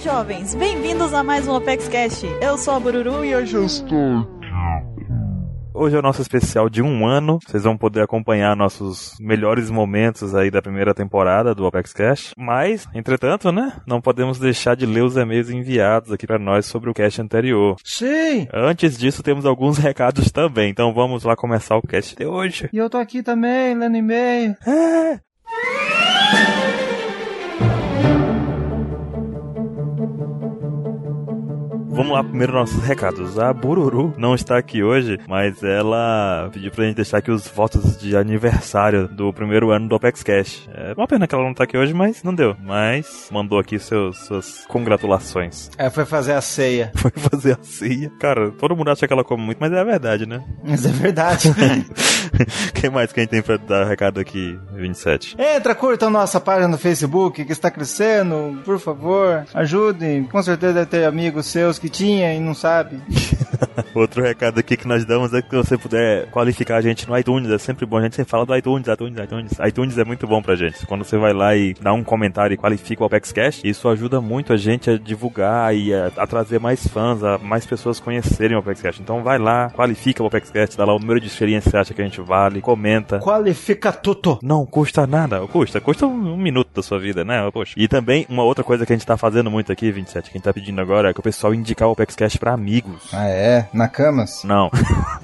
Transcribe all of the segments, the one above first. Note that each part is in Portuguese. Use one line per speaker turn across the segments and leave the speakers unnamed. jovens! Bem-vindos a mais um Opex Cash. Eu sou a Bururu
e hoje eu estou
Hoje é o nosso especial de um ano. Vocês vão poder acompanhar nossos melhores momentos aí da primeira temporada do Opex Cash. Mas, entretanto, né? Não podemos deixar de ler os e-mails enviados aqui para nós sobre o cast anterior.
Sim!
Antes disso, temos alguns recados também. Então vamos lá começar o cast de hoje.
E eu tô aqui também, lendo e-mail.
Ah! Vamos lá, primeiro nossos recados. A Bururu não está aqui hoje, mas ela pediu pra gente deixar aqui os votos de aniversário do primeiro ano do Opex Cash. É uma pena que ela não tá aqui hoje, mas não deu. Mas mandou aqui seus, suas congratulações.
É, foi fazer a ceia.
Foi fazer a ceia. Cara, todo mundo acha que ela come muito, mas é a verdade, né?
Mas é verdade.
Quem mais que a gente tem pra dar recado aqui, 27?
Entra, curtam nossa página no Facebook, que está crescendo, por favor. Ajudem. Com certeza deve ter amigos seus que tinha e não sabe.
Outro recado aqui que nós damos é que você puder qualificar a gente no iTunes, é sempre bom. A gente sempre fala do iTunes, iTunes, iTunes. iTunes é muito bom pra gente. Quando você vai lá e dá um comentário e qualifica o Apex Cash, isso ajuda muito a gente a divulgar e a, a trazer mais fãs, a mais pessoas conhecerem o Apex Cash. Então vai lá, qualifica o Apex Cash, dá lá o número de experiência que você acha que a gente vale, comenta.
Qualifica tudo.
Não custa nada, custa, custa um, um minuto da sua vida, né? Poxa. E também uma outra coisa que a gente tá fazendo muito aqui, 27, que a gente tá pedindo agora é que o pessoal indicar o Apex Cash pra amigos.
Ah, é? Na camas?
Não.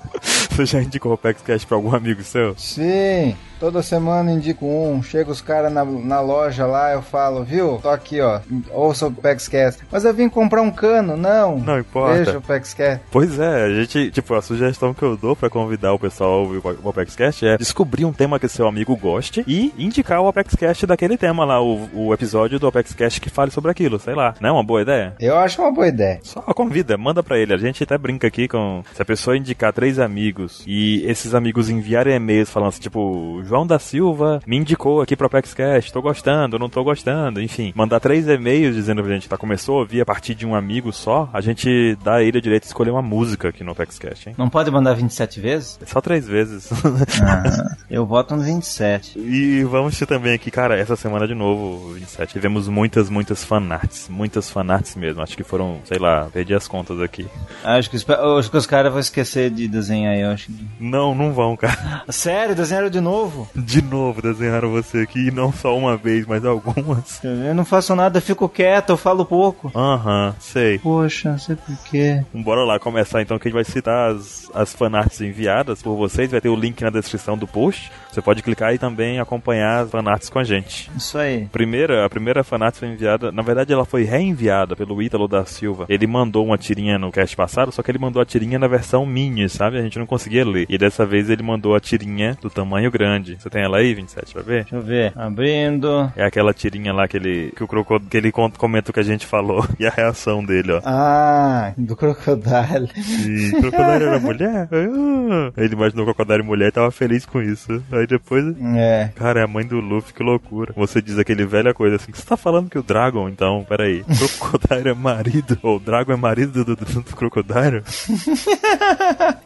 Você já indicou o Apex Cash pra algum amigo seu?
Sim. Toda semana indico um, chega os caras na, na loja lá, eu falo, viu? Tô aqui, ó, ouça o PaxCast. Mas eu vim comprar um cano, não.
Não importa.
Deixa o PaxCast.
Pois é, a gente, tipo, a sugestão que eu dou pra convidar o pessoal a ouvir o PaxCast é descobrir um tema que seu amigo goste e indicar o PaxCast daquele tema lá, o, o episódio do PaxCast que fale sobre aquilo, sei lá. Não é uma boa ideia?
Eu acho uma boa ideia.
Só convida, manda pra ele. A gente até brinca aqui com... Se a pessoa indicar três amigos e esses amigos enviarem e-mails falando assim, tipo... João da Silva me indicou aqui pro Apex Cash, tô gostando, não tô gostando, enfim. Mandar três e-mails dizendo pra gente, tá, começou a ouvir a partir de um amigo só, a gente dá a ele o direito de escolher uma música aqui no Apex Cash, hein?
Não pode mandar 27 vezes?
É Só três vezes.
Ah, eu voto no 27.
E vamos ter também aqui, cara, essa semana de novo, 27, tivemos muitas, muitas fanarts, muitas fanarts mesmo, acho que foram, sei lá, perdi as contas aqui.
Acho que, acho que os caras vão esquecer de desenhar, eu acho. Que...
Não, não vão, cara.
Sério? Desenharam de novo?
De novo desenharam você aqui, e não só uma vez, mas algumas.
Eu não faço nada, eu fico quieto, eu falo pouco.
Aham, uhum, sei.
Poxa, sei por quê.
Bora lá começar então, que a gente vai citar as, as fanarts enviadas por vocês. Vai ter o link na descrição do post. Você pode clicar e também acompanhar as fanarts com a gente.
Isso aí.
Primeira, a primeira fanart foi enviada, na verdade ela foi reenviada pelo Ítalo da Silva. Ele mandou uma tirinha no cast passado, só que ele mandou a tirinha na versão mini, sabe? A gente não conseguia ler. E dessa vez ele mandou a tirinha do tamanho grande. Você tem ela aí, 27, pra ver?
Deixa eu ver. Abrindo.
É aquela tirinha lá que ele, que o crocodilo, que ele comenta o que a gente falou e a reação dele, ó.
Ah, do crocodilo.
Sim, crocodilo era mulher? Ah. Ele imaginou o crocodilo mulher e tava feliz com isso. Aí depois.
É.
Cara, é a mãe do Luffy, que loucura. Você diz aquele velha coisa assim: você tá falando que o Dragon, então, peraí. Crocodilo é marido? Ou o Dragon é marido do, do, do crocodilo?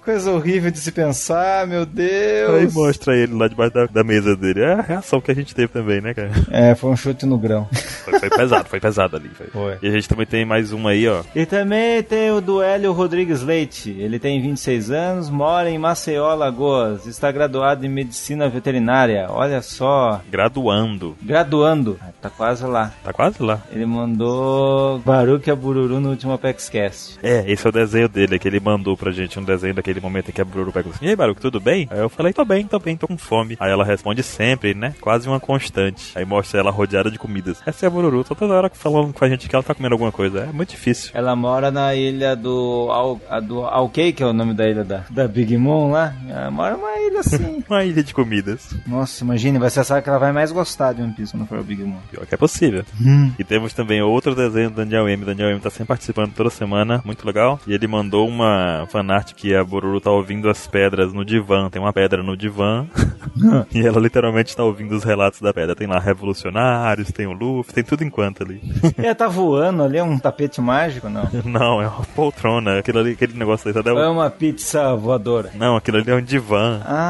coisa horrível de se pensar, meu Deus.
Aí mostra ele lá debaixo da, da, mesa dele. É a reação que a gente teve também, né, cara?
É, foi um chute no grão.
Foi, foi pesado, foi pesado ali. Foi.
foi.
E a gente também tem mais uma aí, ó.
E também tem o do Hélio Rodrigues Leite. Ele tem 26 anos, mora em Maceió, Lagoas. Está graduado em Medicina Veterinária. Olha só.
Graduando.
Graduando. Tá quase lá.
Tá quase lá.
Ele mandou Baruque a Bururu no último Apexcast.
É, esse é o desenho dele, é que ele mandou pra gente um desenho daquele momento em que a Bururu pegou assim, e aí, Baruque, tudo bem? Aí eu falei, tô bem, tô bem, tô com fome. Aí ela responde sempre, né? Quase uma constante. Aí mostra ela rodeada de comidas. Essa é a Bururu, toda hora falando com a gente que ela tá comendo alguma coisa. É muito difícil.
Ela mora na ilha do. Al, a do Alkei, que é o nome da ilha da, da Big Moon lá. Ela mora numa ilha assim.
uma ilha de comidas.
Nossa, imagine, vai ser a que ela vai mais gostar de One Piece quando for o Big Moon.
Pior que é possível.
Hum.
E temos também outro desenho do Daniel M. Daniel M tá sempre participando toda semana, muito legal. E ele mandou uma fanart que a Bururu tá ouvindo as pedras no divã. Tem uma pedra no divã. e ela literalmente tá ouvindo os relatos da pedra. Tem lá revolucionários, tem o Luffy, tem tudo enquanto ali.
ela tá voando ali, é um tapete mágico, não?
Não, é uma poltrona. Aquilo ali, aquele negócio ali. Tá
é uma pizza voadora.
Não, aquilo ali é um divã.
Ah,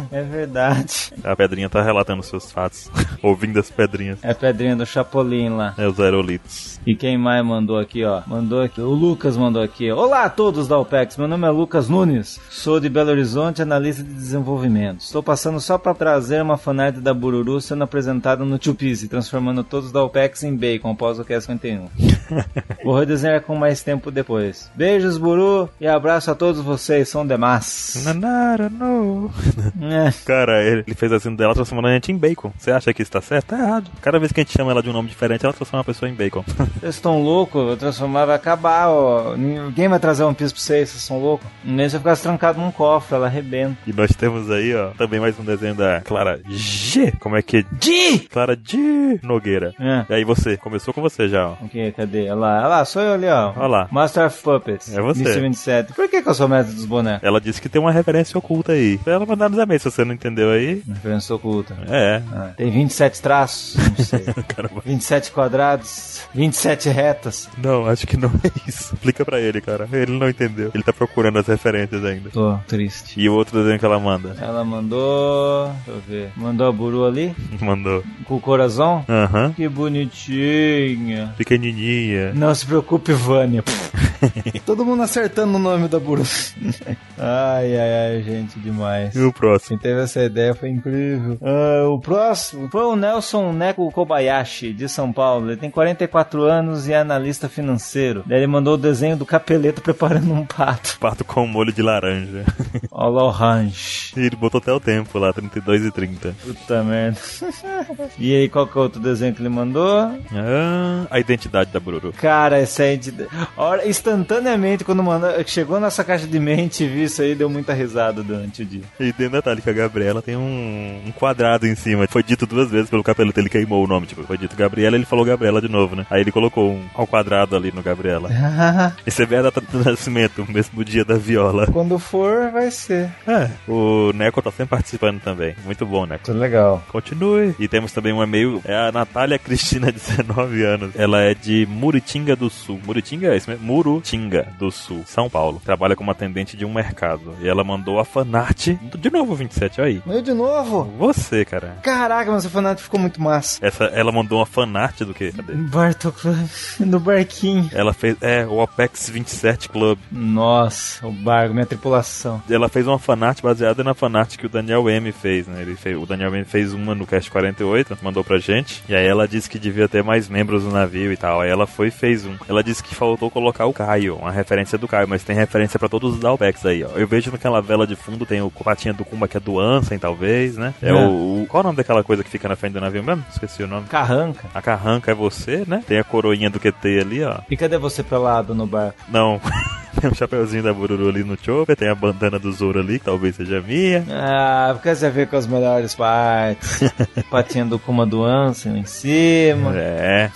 Ah, é verdade.
A pedrinha tá relatando seus fatos, ouvindo as pedrinhas.
É a pedrinha do Chapolin lá.
É os aerolitos.
E quem mais mandou aqui, ó? Mandou aqui. O Lucas mandou aqui. Olá a todos da OPEX. Meu nome é Lucas Nunes. Sou de Belo Horizonte, analista de desenvolvimento. Estou passando só para trazer uma fanart da Bururu sendo apresentada no Tupize, transformando todos da OPEX em bacon após o Cast 51. Vou redesenhar com mais tempo depois. Beijos, Buru, e abraço a todos vocês. São demais.
Nanara, no.
É.
Cara, ele, ele fez assim dela transformando a gente em bacon. Você acha que isso tá certo? Tá errado. Cada vez que a gente chama ela de um nome diferente, ela transforma a pessoa em bacon.
Vocês estão loucos, eu transformar vai acabar, ó. Ninguém vai trazer um piso pra vocês, vocês são loucos. Nem se eu ficasse trancado num cofre, ela arrebenta.
E nós temos aí, ó, também mais um desenho da Clara G. Como é que é?
Di!
Clara G. Nogueira.
É.
E aí você, começou com você já, ó.
Ok, cadê? Olha lá, olha lá, sou eu ali, ó.
Olha lá.
Master of Puppets.
É você.
Mr. 27. Por que, que eu sou mestre dos bonecos?
Ela disse que tem uma referência oculta aí. Pra ela mandar nos e-mails, se você não entendeu aí.
Referência oculta.
É.
Ah, tem 27 traços, não sei.
Caramba.
27 quadrados, 27 retas.
Não, acho que não é isso. Explica pra ele, cara. Ele não entendeu. Ele tá procurando as referências ainda.
Tô triste.
E o outro desenho que ela manda?
Ela mandou. Deixa eu ver. Mandou a buru ali,
Mandou.
com o coração.
Aham.
Que bonitinha.
Pequenininha.
Não se preocupe, Vânia.
Todo mundo acertando o nome da Buru.
Ai, ai, ai, gente, demais.
E o próximo?
Quem teve essa ideia foi incrível. Ah, o próximo foi o Nelson Neko Kobayashi, de São Paulo. Ele tem 44 anos e é analista financeiro. Daí Ele mandou o desenho do capeleto preparando um pato.
Pato com molho de laranja.
Olha lá o range.
E ele botou até o tempo lá, 32 e 30.
Puta merda. E aí, qual que é o outro desenho que ele mandou?
Ah, a identidade da Bururu.
Cara, essa é aí de... Ora, instantaneamente, quando mandou, chegou nessa caixa de mente e viu isso aí, deu muita risada durante o dia.
E tem um detalhe que a Gabriela tem um, um quadrado em cima. Foi dito duas vezes pelo capeleto, ele queimou o nome. Tipo, foi dito Gabriela, ele falou Gabriela de novo, né? Aí ele colocou um ao quadrado ali no Gabriela. Esse é a data do nascimento, o mesmo dia da viola.
Quando for, vai ser.
É, o Neco tá sempre participando também. Muito bom, Neco.
Tudo legal.
Continue. E temos também um e-mail, é a Natália Cristina, 19 anos. Ela é de Muritinga do Sul. Muritinga é isso mesmo? Murutinga do Sul, São Paulo. Trabalha como atendente de um mercado. E ela mandou a fanart. De novo, 27, olha aí.
Eu de novo?
Você, cara.
Caraca, mas o fanático ficou muito massa.
Essa, ela mandou uma fanart do quê? Cadê?
Bartoclub no barquinho.
Ela fez. É, o Apex 27 Club.
Nossa, o barco, minha tripulação.
Ela fez uma fanart baseada na fanart que o Daniel M fez, né? Ele fez, o Daniel M fez uma no Cast 48, mandou pra gente. E aí ela disse que devia ter mais membros no navio e tal. Aí ela foi e fez um. Ela disse que faltou colocar o Caio, uma referência do Caio, mas tem referência pra todos os Dalbecks aí, ó. Eu vejo naquela vela de fundo tem o patinha do Kumba que é do Ansem, talvez, né? É,
É.
O, o- Qual o nome daquela coisa que fica na frente do navio mesmo? Esqueci o nome.
Carranca.
A carranca é você, né? Tem a coroinha do QT ali, ó.
E cadê você pelado no barco?
Não. Tem um chapeuzinho da Bururu ali no Chopper, tem a bandana do Zoro ali, que talvez seja minha.
Ah, porque você vê com as melhores partes. Patinha do Kuma do Ansem lá em cima.
É,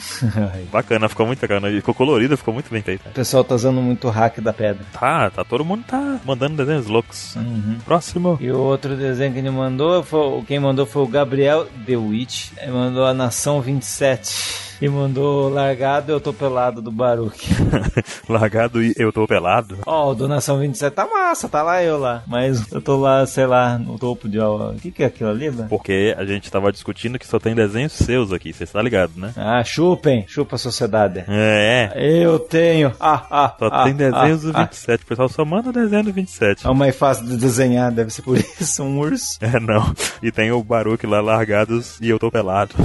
Ai,
bacana, ficou muito bacana. E Ficou colorido, ficou muito bem feito.
O pessoal tá usando muito o hack da pedra.
Tá, tá, todo mundo tá mandando desenhos loucos. Próximo.
E o outro desenho que ele mandou, foi, quem mandou foi o Gabriel The Witch. Ele mandou a Nação 27. E mandou largado, eu tô pelado do Baruque.
Largado e eu tô pelado.
Ó, o Donação 27 tá massa, tá lá eu lá. Mas eu tô lá, sei lá, no topo de aula. O que que é aquilo ali, velho?
Porque a gente tava discutindo que só tem desenhos seus aqui, você tá ligado, né?
Ah, chupem, chupa a sociedade.
É, é.
Eu tenho. Ah, ah,
Só
ah,
tem desenhos
ah,
do 27. O pessoal só manda desenho do 27.
Ah. É o mais fácil de desenhar, deve ser por isso, um urso.
É, não. E tem o Baruque lá, largados e eu tô pelado.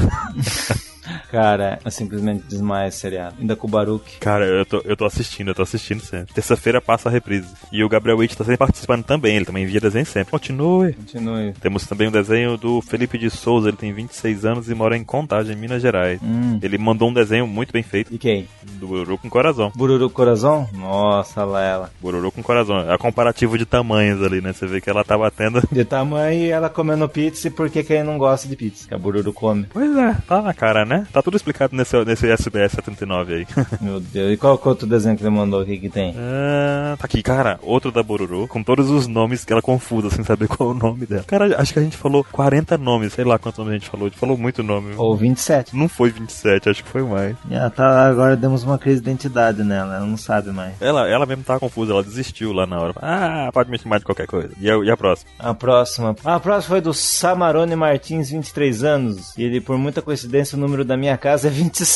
Cara, eu simplesmente desmaio esse seriado. Ainda com o Baruque.
Cara, eu tô, eu tô assistindo, eu tô assistindo sempre. Terça-feira passa a reprise. E o Gabriel Witt tá sempre participando também, ele também envia desenho sempre. Continue.
Continue.
Temos também um desenho do Felipe de Souza, ele tem 26 anos e mora em Contagem, Minas Gerais.
Hum.
Ele mandou um desenho muito bem feito
E quem?
do Bururu com coração.
Bururu Corazon? Nossa, lá ela.
Bururu com coração. É comparativo de tamanhos ali, né? Você vê que ela tá batendo.
De tamanho e ela comendo pizza e por que quem não gosta de pizza? Que a Bururu come.
Pois é, tá na cara, né? Tá Tá tudo explicado nesse, nesse SBS 79 aí.
Meu Deus. E qual que é o outro desenho que ele mandou aqui que tá. tem?
Ah, tá aqui, cara, outro da Bururu, com todos os nomes que ela confusa, sem saber qual é o nome dela. Cara, acho que a gente falou 40 nomes, sei lá quantos nomes a gente falou, a gente falou muito nome.
Ou 27.
Não foi 27, acho que foi mais.
Ah, tá, agora demos uma crise de identidade nela, ela não sabe mais.
Ela, ela mesmo tava confusa, ela desistiu lá na hora. Ah, pode me chamar de qualquer coisa. E a, e a próxima?
A próxima. A próxima foi do Samarone Martins, 23 anos. E ele, por muita coincidência, o número da minha casa é 27.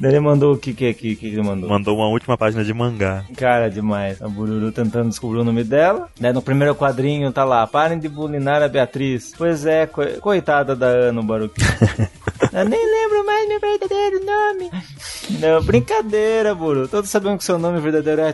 Daí ele mandou o que que, que, que ele mandou?
Mandou uma última página de mangá.
Cara, demais. A Bururu tentando descobrir o nome dela. Daí no primeiro quadrinho tá lá, parem de bulinar a Beatriz. Pois é, coi- coitada da Ana, o Baruque. Eu nem lembro mais meu verdadeiro nome. Não, brincadeira, Buru. Todos sabemos que seu nome verdadeiro é...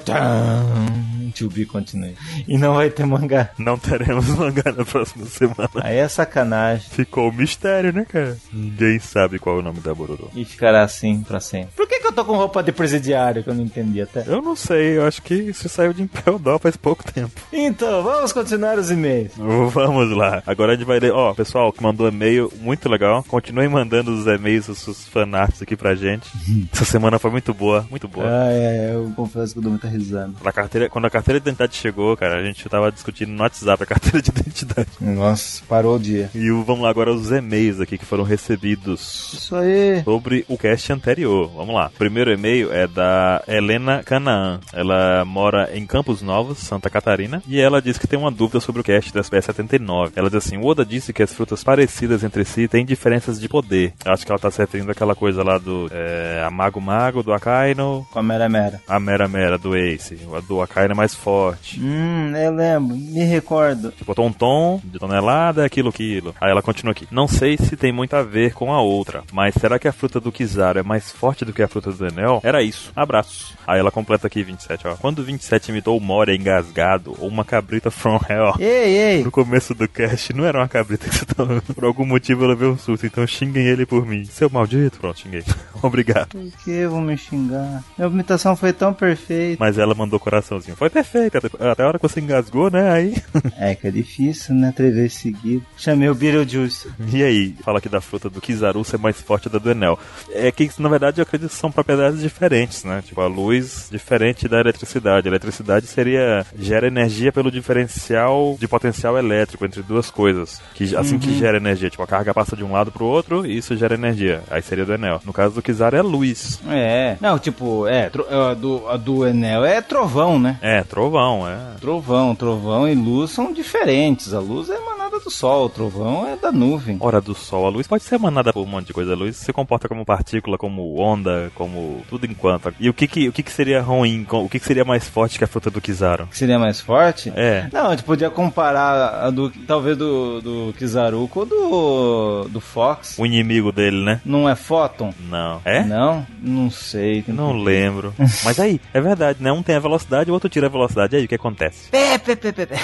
Tchan. To be continue. E não vai ter mangá.
Não teremos mangá na próxima semana.
Aí é sacanagem.
Ficou um mistério, né, cara? Ninguém sabe qual é o nome da Bururu.
E ficará assim pra sempre. Por que, que eu tô com roupa de presidiário que eu não entendi até?
Eu não sei, eu acho que isso saiu de Impel Down faz pouco tempo.
Então, vamos continuar os e-mails.
Vamos lá. Agora a gente vai ler. Ó, pessoal que mandou e-mail, muito legal. Continuem mandando os e-mails, os, os fanarts aqui pra gente. Essa semana foi muito boa, muito boa.
Ah, é, eu confesso que eu dou muita risada.
Na carteira, quando a carteira de identidade chegou, cara, a gente tava discutindo no WhatsApp a carteira de identidade.
Nossa, parou o dia.
E o- vamos lá agora os e-mails aqui que foram recebidos
Isso aí.
sobre o cast anterior. Vamos lá. O primeiro e-mail é da Helena Canaan. Ela mora em Campos Novos, Santa Catarina, e ela diz que tem uma dúvida sobre o cast da SBS 79. Ela diz assim: o Oda disse que as frutas parecidas entre si têm diferenças de poder. Eu acho que ela tá se referindo àquela coisa lá do é, Amago Mago, do Akaino.
Com a Mera Mera.
A Mera Mera do Ace, a do Akaino é mais forte.
Hum, eu lembro, me recordo.
Tipo, tom-tom, de tonelada, é aquilo, aquilo. Aí ela continua aqui. Não sei se tem muito a ver com a outra, mas será que a fruta do Kizaru é mais forte do que a fruta do Enel? Era isso. Abraços. Aí ela completa aqui 27, ó. Quando 27 imitou o Moria engasgado ou uma cabrita from hell.
Ei, ei,
No começo do cast, não era uma cabrita que você tava... Por algum motivo ela veio um susto, então xinguem ele por mim. Seu maldito. Pronto, xinguei. Obrigado.
por que vão me xingar? Minha imitação foi tão perfeita.
Mas ela mandou coraçãozinho. Foi perfeito. Até- Até a hora que você engasgou, né? Aí...
É que é difícil, né? Três vezes seguido. Chamei o Beetlejuice.
E aí, fala que da fruta do Kizaru ser mais forte da do Enel. É que, na verdade, eu acredito que são propriedades diferentes, né? Tipo, a luz diferente da eletricidade. A eletricidade seria... gera energia pelo diferencial de potencial elétrico entre duas coisas. Que, assim que gera energia. Tipo, a carga passa de um lado pro outro e isso gera energia. Aí seria do Enel. No caso do Kizaru é luz.
É, não, tipo, é, tro- a do, a do Enel é trovão, né?
É, trovão, é.
Trovão, trovão e luz são diferentes. A luz é manada do sol, o trovão é da nuvem.
Hora do sol, a luz pode ser emanada por um monte de coisa. A luz se comporta como partícula, como onda, como tudo enquanto. E o que que, o que, que seria ruim? com- O que, que seria mais forte que a fruta do Kizaru?
Que seria mais forte?
É.
Não, a gente podia comparar a do, talvez do, do Kizaru com do, do Fox.
O inimigo dele, né?
Não é Photon?
Não. É?
Não? Não sei.
Eu Não lembro. Mas aí, é verdade, né? Um tem a velocidade, o outro tira a velocidade. Aí o que acontece?
Pé, pé, pé, pé, pé.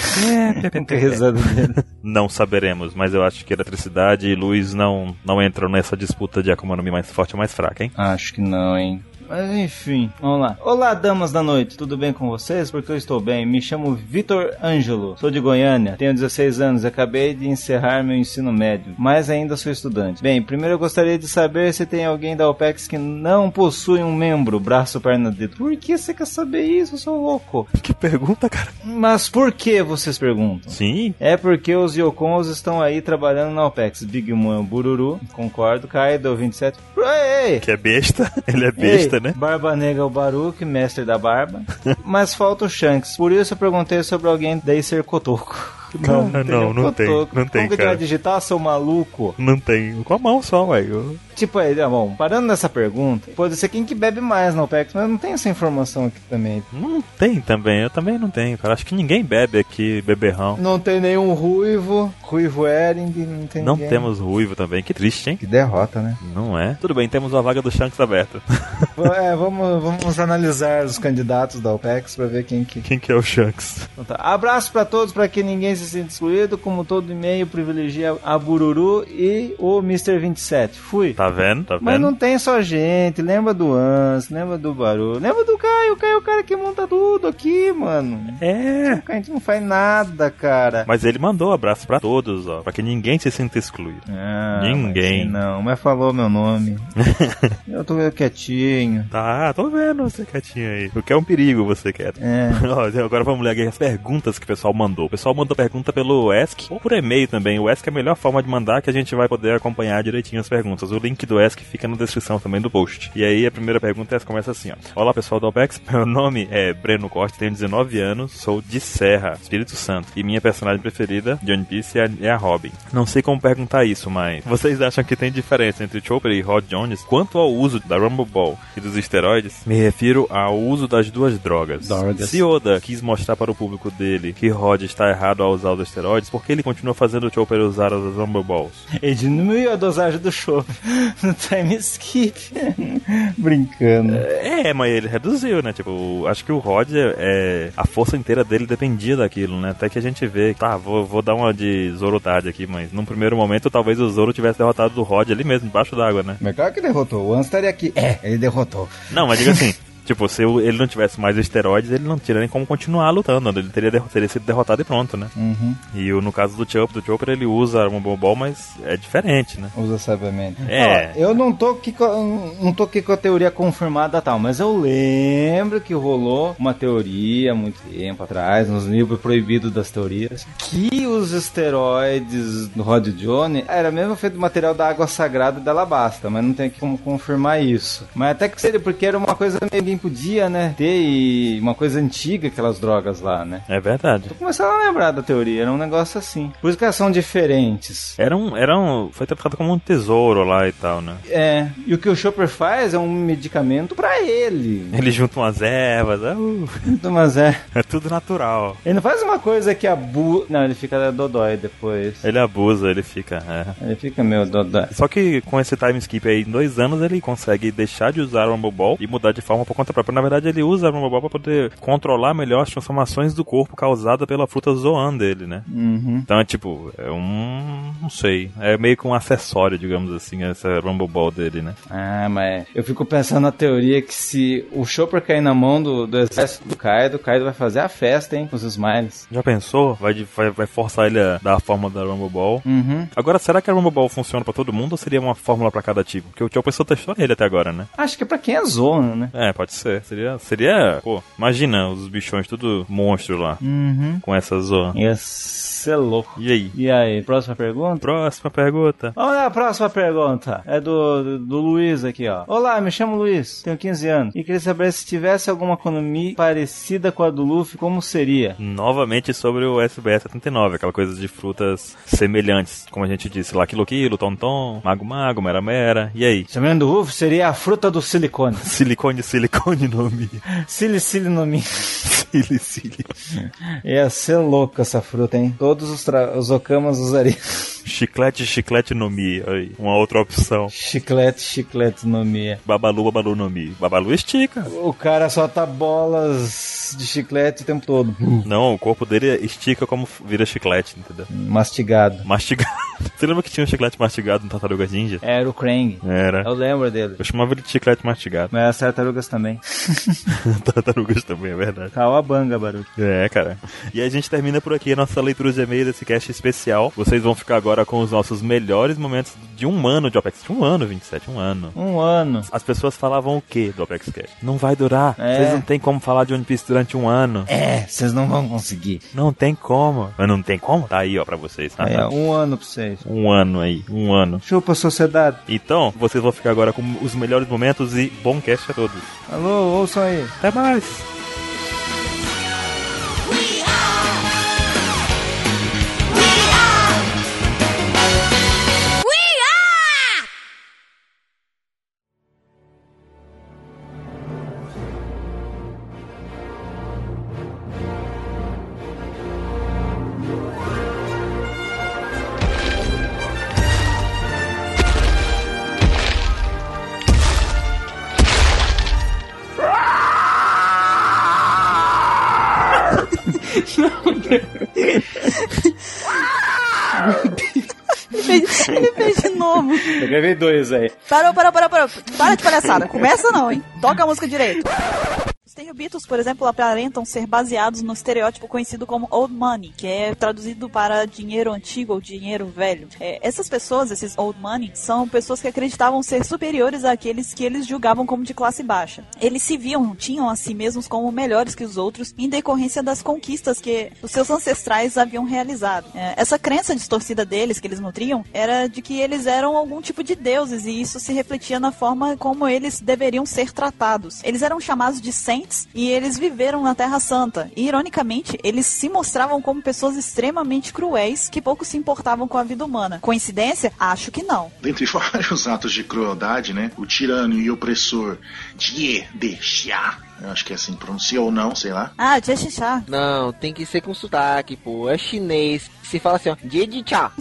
É,
Que risada dele.
Não saberemos, mas eu acho que eletricidade e luz não, não entram nessa disputa de Akuma no Mi mais forte ou mais fraca, hein?
Acho que não, hein? Mas enfim, vamos lá. Olá, damas da noite, tudo bem com vocês? Porque eu estou bem. Me chamo Vitor Ângelo, sou de Goiânia, tenho 16 anos e acabei de encerrar meu ensino médio, mas ainda sou estudante. Bem, primeiro eu gostaria de saber se tem alguém da OPEX que não possui um membro, braço, perna, dedo. Por que você quer saber isso, seu louco?
Que pergunta, cara.
Mas por que vocês perguntam?
Sim,
É porque os Yokons estão aí trabalhando na OPEX. Big Man, Bururu, concordo, Kaido, 27. Ei, ei,
que é besta. Ele é besta,
Ei,
né?
Barba Negra é o Baruque, mestre da barba. Mas falta o Shanks. Por isso eu perguntei sobre alguém daí ser Cotoco.
Não, não, não tem,
Cotoco.
não tem,
Como que ele vai
cara.
digitar, seu maluco?
Não tem. Com a mão só, ué. Eu-
Tipo, aí, tá bom, parando nessa pergunta, pode ser quem que bebe mais na OPEX, mas não tem essa informação aqui também.
Não tem também, eu também não tenho, cara. Acho que ninguém bebe aqui, beberrão.
Não tem nenhum ruivo. Ruivo Ering, não tem
Não
ninguém.
temos ruivo também, que triste, hein?
Que derrota, né?
Não é? Tudo bem, temos uma vaga do Shanks aberta.
é, vamos, vamos analisar os candidatos da OPEX pra ver quem que.
Quem que é o Shanks?
Então tá. Abraço pra todos, pra que ninguém se sinta excluído. Como todo e-mail, privilegia a Bururu e o Mr. 27. Fui.
Tá Tá vendo? Tá vendo?
Mas não tem só gente, lembra do Ans, lembra do Barulho, lembra do Caio, o Caio é o cara que monta tudo aqui, mano.
É.
O Caio não faz nada, cara.
Mas ele mandou um abraço pra todos, ó. Pra que ninguém se sinta excluído.
Ah,
Ninguém.
mas Não, mas falou meu nome. eu tô meio quietinho.
Tá, tô vendo você quietinho aí. O que é um perigo, você quer.
É.
Ó, então Agora vamos ler aqui as perguntas que o pessoal mandou. O pessoal mandou pergunta pelo ESC ou por e-mail também. O ESC é a melhor forma de mandar que a gente vai poder acompanhar direitinho as perguntas. O link do ESC fica na descrição também do post. E aí a primeira pergunta é- começa assim, ó. Olá pessoal do OPEX, meu nome é Breno Costa, tenho 19 anos, sou de Serra, Espírito Santo. E minha personagem preferida de One Piece é a, é a Robin. Não sei como perguntar isso, mas vocês acham que tem diferença entre Chopper e Rod Jones quanto ao uso da Rumble Ball e dos esteroides? Me refiro ao uso das duas drogas.
Drogas.
Se Oda quis mostrar para o público dele que Rod está errado ao usar os esteroides, por que ele continua fazendo o Chopper usar as Rumble Balls?
Ele diminuiu a dosagem do show no time skip.
Brincando.
É, mas ele reduziu, né? Tipo, acho que o Rod, é, a força inteira dele dependia daquilo, né? Até que a gente vê, tá, vou, vou dar uma de Zorotade aqui, mas num primeiro momento talvez o Zoro tivesse derrotado o Rod ali mesmo, embaixo d'água, né?
Mas claro que derrotou. O Ans estaria aqui. É, ele derrotou.
Não, mas diga assim. Tipo, se o- ele não tivesse mais esteroides, ele não teria nem como continuar lutando. né? Ele teria, derro- teria sido derrotado e pronto, né?
Uhum.
E o- no caso do Chopper, do Chopper ele usa a Rumble Ball, mas é diferente, né?
Usa sabiamente.
É.
Ó, eu não tô, aqui com, não tô aqui com a teoria confirmada tal, mas eu lembro que rolou uma teoria muito tempo atrás, nos livros proibidos das teorias, que os esteroides do Rod Johnny era mesmo feito do material da água sagrada da alabasta, mas não tem como confirmar isso. Mas até que seria, porque era uma coisa que ninguém podia, né, ter e uma coisa antiga, aquelas drogas lá, né.
É verdade.
Tô começando a lembrar da teoria, era um negócio assim. Por isso que elas são diferentes.
Era um, era um. Foi tratado como um tesouro lá e tal, né?
É, e o que o Chopper faz é um medicamento pra ele.
Ele junta umas ervas, é, uh,
Mas é.
é tudo natural.
Ele não faz uma coisa que abu. Não, ele fica dodói depois.
Ele abusa, ele fica. é.
Ele fica meio dodói.
Só que com esse time skip aí, em dois anos, ele consegue deixar de usar o Rumble Ball e mudar de forma por conta própria. Na verdade, ele usa o Rumble Ball pra poder controlar melhor as transformações do corpo causadas pela fruta Zoan dele, né?
Uhum.
Então é tipo, é um. Não sei. É meio que um acessório, digamos assim, essa Rumble Ball dele, né?
Ah, mas eu fico pensando na teoria que se o Chopper cair na mão do, do exército do Kaido, o Kaido vai fazer a festa, hein, com os smiles.
Já pensou? Vai, de- vai, vai forçar ele a dar a forma da Rumble Ball.
Uhum.
Agora, será que a Rumble Ball funciona pra todo mundo ou seria uma fórmula pra cada tipo? Porque o Tio pessoa testou ele até agora, né?
Acho que é pra quem é zona, né?
É, pode ser. Seria. Seria. Pô, imagina os bichões tudo monstro lá.
Uhum.
Com essa zoa.
Ia ser louco.
E aí?
E aí, próxima pergunta?
Próxima pergunta.
Vamos
é
lá, a próxima pergunta. É do, do, do Luiz aqui, ó. Olá, me chamo Luiz, tenho 15 anos. E queria saber se tivesse alguma economia parecida com a do Luffy, como seria?
Novamente sobre o SBS 79, aquela coisa de frutas semelhantes, como a gente disse, lá Quilo Quilo, Tom Tom, Mago Mago, Mera Mera. E aí?
tá
Chamando do Luffy seria a fruta do silicone.
Silicone, silicone nome.
Sili, sili no mi.
Sili, sili.
Ia ser louco essa fruta, hein? Todos os, tra- os Okamas usariam.
Chiclete, chiclete no mi. Aí, uma outra opção.
chiclete, chiclete no Mia.
Babalu, babalu no mi. Babalu estica.
O cara solta bolas de chiclete o tempo todo.
Uh.
Não, o corpo dele estica como vira chiclete, entendeu?
Mastigado.
Mastigado. Você lembra que tinha um chiclete mastigado no Tartaruga Ninja?
Era o Krang.
Era.
Eu lembro dele.
Eu chamava ele de chiclete mastigado.
Mas as tartarugas também.
Tartarugas também, é verdade.
Cauabanga, barulho.
É, cara. E a gente termina por aqui a nossa leitura de e-mail desse cast especial. Vocês vão ficar agora com os nossos melhores momentos de um ano de Opex. De um ano, 27, um ano.
Um ano.
As pessoas falavam o que do Opex Cash? Não vai durar.
É.
Vocês não tem como falar de One Piece durante um ano.
É, vocês não vão conseguir. É,
Não tem como. Mas não tem como? Tá aí, ó, pra vocês. Tá,
É,
tá.
um ano pra vocês.
Um ano aí, um ano.
Chupa a sociedade.
Então, vocês vão ficar agora com os melhores momentos e bom cast a todos.
Alô, ouçam aí.
Até mais!
fez, ele fez de novo.
Eu gravei dois aí.
Parou, parou, parou, parou. Para de palhaçada. Começa não, hein? Toca a música direito. Os terrobitos, por exemplo, aparentam ser baseados no estereótipo conhecido como old money, que é traduzido para dinheiro antigo ou dinheiro velho. É, essas pessoas, esses old money, são pessoas que acreditavam ser superiores àqueles que eles julgavam como de classe baixa. Eles se viam, tinham a si mesmos como melhores que os outros em decorrência das conquistas que os seus ancestrais haviam realizado. É, essa crença distorcida deles, que eles nutriam, era de que eles eram algum tipo de deuses e isso se refletia na forma como eles deveriam ser tratados. Eles eram chamados de saints e eles viveram na Terra Santa. E, ironicamente, eles se mostravam como pessoas extremamente cruéis que pouco se importavam com a vida humana. Coincidência? Acho que não.
Dentre vários atos de crueldade, né? O tirano e opressor Die de Xia. Eu acho que é assim que pronuncia ou não, sei lá.
Ah, Jiexixá.
Não, tem que ser com sotaque, pô. É chinês. Se fala assim, ó. Jiedicha.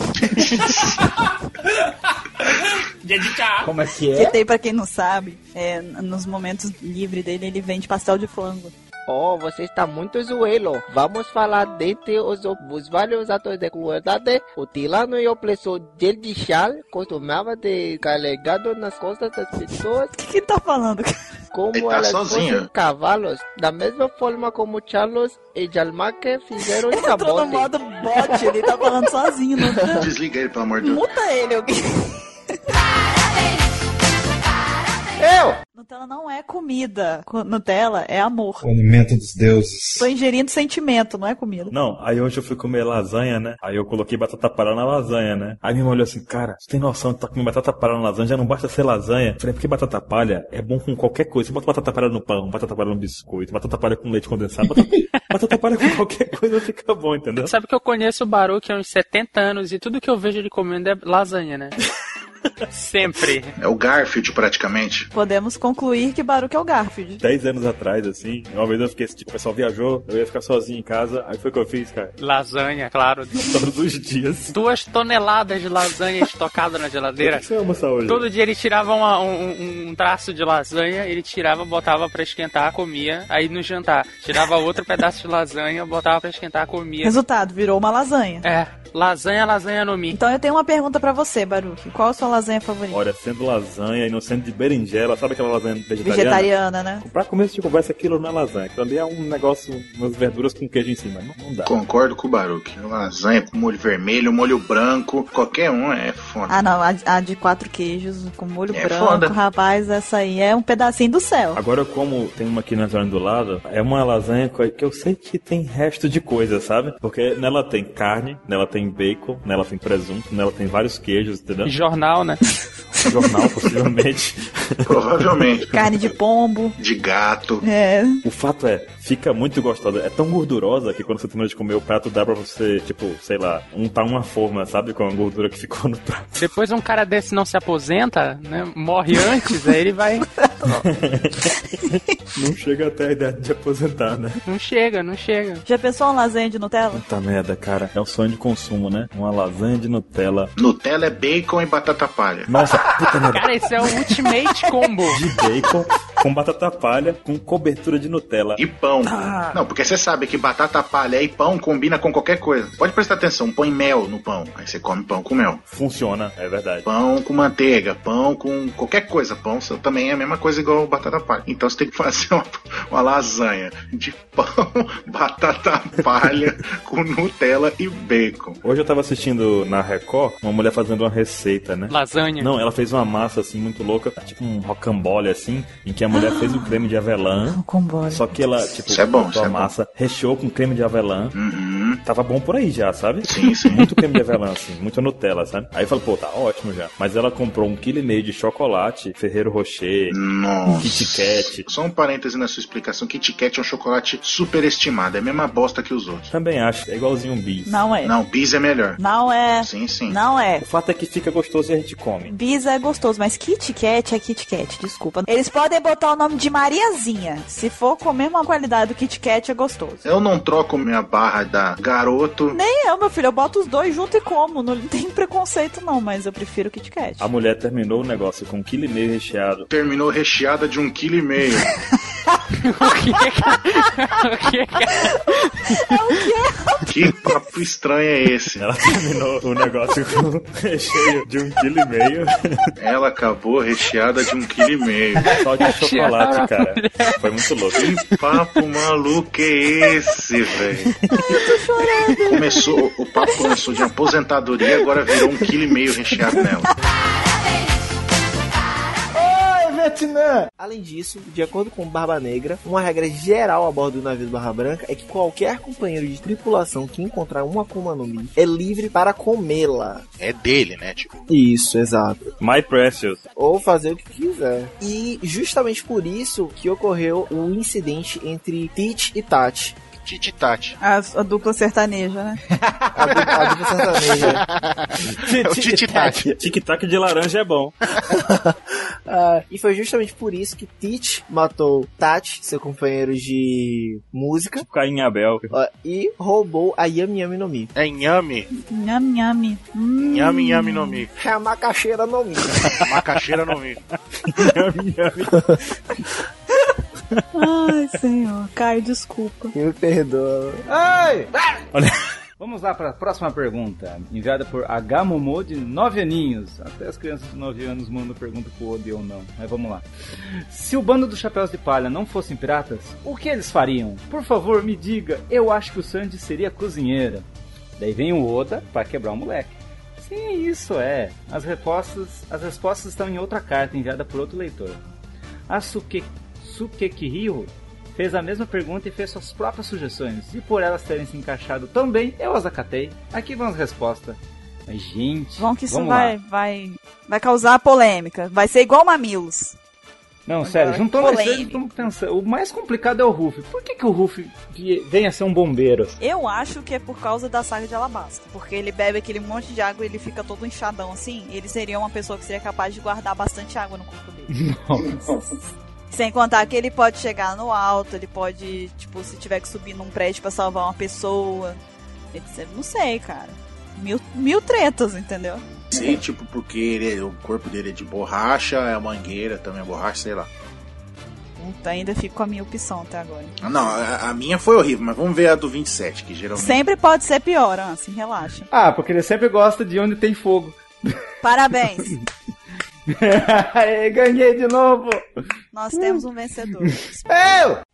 Dedicar.
Como é que
Que
é?
tem, pra quem não sabe, é, nos momentos livres dele, ele vende pastel de flango.
Oh, você está muito zoelo. Vamos falar dentre os, os vários atos de crueldade. O tirano e o opressor Jiedicha costumava de carregado nas costas das pessoas
O que, que ele tá falando?
Ele
como
tá
elas
sozinho.
fossem cavalos. Da mesma forma como Charles e Jalmaque fizeram
Entrou no
cabote.
modo bot, ele tá falando sozinho. Não...
Desliga ele, pelo amor de Deus.
Muta ele, alguém.
Eu!
Nutella não é comida. Co- Nutella é amor.
Alimento dos deuses.
Tô ingerindo sentimento, não é comida.
Não, aí hoje eu fui comer lasanha, né? Aí eu coloquei batata parada na lasanha, né? Aí minha mãe olhou assim, cara, você tem noção de tá comendo batata parada na lasanha? Já não basta ser lasanha. Eu Falei, porque batata palha é bom com qualquer coisa. Você bota batata palha no pão, batata palha no biscoito, batata palha com leite condensado, batata, batata palha com qualquer coisa fica bom, entendeu?
Sabe que eu conheço o Baruch há uns 70 anos e tudo que eu vejo ele comendo é lasanha, né? Sempre.
É o Garfield, praticamente.
Podemos concluir que Baruch é o Garfield.
Dez anos atrás, assim, uma vez eu fiquei assim, tipo, o pessoal viajou, eu ia ficar sozinho em casa, aí foi o que eu fiz, cara,
Lasanha, claro.
todos os dias.
Duas toneladas de lasanha estocada na
O
geladeira.
que você almoça hoje?
Todo dia ele tirava uma- um, um- um traço de lasanha, ele tirava, botava pra esquentar, comia, aí no jantar. Tirava outro pedaço de lasanha, botava pra esquentar, comia.
Resultado, virou uma lasanha.
É, lasanha, lasanha no mi.
Então eu tenho uma pergunta pra você, Baruch. Qual a sua lasanha favorita?
Olha, sendo lasanha e não sendo de berinjela, sabe aquela lasanha vegetariana?
Vegetariana, né?
Pra começo de conversa, aquilo não é lasanha. Aquilo ali é um negócio, umas verduras com queijo em cima. Não, não dá.
Concordo com o Baruque. É Lasanha com molho vermelho, molho branco, qualquer um é foda.
Ah, não, a, a de quatro queijos com molho
É
branco.
foda.
Rapaz, essa aí é um pedacinho do céu.
Agora, como tem uma aqui na zona do lado, é uma lasanha co- que eu sei que tem resto de coisa, sabe? Porque nela tem carne, nela tem bacon, nela tem presunto, nela tem vários queijos, entendeu?
Jornal, né?
Jornal, possivelmente.
Provavelmente.
Carne de pombo.
De gato.
É.
O fato é, fica muito gostosa. É tão gordurosa que quando você termina de comer o prato, dá pra você, tipo, sei lá, untar uma forma, sabe? Com a gordura que ficou no prato.
Depois um cara desse não se aposenta, né? Morre antes, aí ele vai.
Não chega até a idade de aposentar, né?
Não chega, não chega.
Já pensou uma lasanha de Nutella?
Puta merda, cara. É um sonho de consumo, né? Uma lasanha de Nutella.
Nutella é bacon e batata palha.
Nossa, puta merda.
Cara, esse é o ultimate combo.
De bacon com batata palha com cobertura de Nutella. Tá.
E pão. Não, porque você sabe que batata palha e pão combina com qualquer coisa. Pode prestar atenção, põe mel no pão. Aí você come pão com mel.
Funciona, é verdade.
Pão com manteiga, pão com qualquer coisa. Pão só- também é a mesma coisa igual batata palha. Então você tem que fazer uma, uma lasanha de pão, batata palha com Nutella e bacon.
Hoje eu tava assistindo na Record uma mulher fazendo uma receita, né?
Lasanha.
Não, ela fez uma massa assim muito louca, tipo um rocambole assim, em que a mulher fez um creme de avelã.
Com bolo.
Só que ela, tipo,
Isso é bom, isso
botou a
é bom.
massa, recheou com creme de avelã.
Uhum.
Tava bom por aí já, sabe?
Sim, sim.
Muito creme de avelã, assim, muito Nutella, sabe? Aí eu falei, pô, tá ótimo já. Mas ela comprou um quilo e meio de chocolate, Ferreiro Rocher,
Nossa.
Kit Kat.
Só um parêntese na sua explicação. Kit Kat é um chocolate superestimado. É a mesma bosta que os outros.
Também acho, é igualzinho um bis.
Não é.
Não, bis é melhor.
Não é.
Sim, sim.
Não é.
O fato é que fica gostoso e a gente come.
Bis é gostoso, mas Kit Kat é Kit Kat, desculpa. Eles podem botar o nome de Mariazinha. Se for com a mesma qualidade do Kit Kat, é gostoso.
Eu não troco minha barra da garoto
Nem eu, meu filho. Eu boto os dois junto e como. Não tem preconceito, não, mas eu prefiro Kit Kat.
A mulher terminou o negócio com um quilo e meio recheado.
terminou recheada de um quilo e meio.
O que é que- o que é que-
É o quê?
Que papo estranho é esse?
Ela terminou o negócio com um recheio de um quilo e meio,
Ela acabou recheada de um quilo e meio.
só de chocolate, cara. Foi muito louco.
Que papo maluco é esse, velho? Começou, o papo começou de aposentadoria, agora virou um quilo e meio recheado nela.
Além disso, de acordo com Barba Negra, uma regra geral a bordo do navio do Barra Branca é que qualquer companheiro de tripulação que encontrar uma Akuma no Mi é livre para comê-la.
É dele, né? Tipo,
Isso, exato.
My Precious.
Ou fazer o que quiser. E justamente por isso que ocorreu o incidente entre Teach e Tati,
Titi Tati.
A, a dupla sertaneja, né?
a du- a dupla sertaneja.
É o Titi Tati.
Tic-tac de laranja é bom.
Ah, e foi justamente por isso que Teach matou Tati, seu companheiro de música,
Caim Abel.
ó, e roubou a Yami Yami no Mi.
É Nhame.
Nham, nham. Hum.
Nhame, Nhame no Mi.
É a macaxeira no Mi.
Macaxeira no Mi.
Ai, senhor. Caio, desculpa.
Me perdoa.
Ai! Olha. Vamos lá para a próxima pergunta, enviada por H. Momo, de 9 aninhos. Até as crianças de 9 anos mandam pergunta pro Ode ou não, mas vamos lá. Se o bando dos Chapéus de Palha não fossem piratas, o que eles fariam? Por favor, me diga, eu acho que o Sandy seria cozinheira. Daí vem o Oda para quebrar o moleque. Sim, isso é. As respostas, as respostas estão em outra carta enviada por outro leitor. A Suke, Sukekihiro fez a mesma pergunta e fez suas próprias sugestões. E por elas terem se encaixado tão bem, eu as acatei. Aqui vão as respostas. Mas, gente.
Vamos que isso
vamos
vai,
Lá.
vai, vai causar polêmica. Vai ser igual Mamilos.
Não, sério, juntando as
polêmico.
três, estamos pensando. O mais complicado é o Ruff. Por que, que o Ruff vie- vem a ser um bombeiro?
Eu acho que é por causa da saga de Alabasta. Porque ele bebe aquele monte de água e ele fica todo inchadão assim. Ele seria uma pessoa que seria capaz de guardar bastante água no corpo dele. Sem contar que ele pode chegar no alto, ele pode, tipo, se tiver que subir num prédio pra salvar uma pessoa, etc. Não sei, cara. Mil, mil tretas, entendeu?
Sim, tipo, porque ele, o corpo dele é de borracha, é mangueira também, é borracha, sei lá.
Então ainda fico com a minha opção até agora.
Então,
Ah, Não, a, a minha foi horrível, mas vamos ver a do 27, que geralmente.
Sempre pode ser pior, assim, relaxa.
Ah, porque ele sempre gosta de onde tem fogo.
Parabéns!
Aê, Ganhei de novo!
Nós temos um vencedor.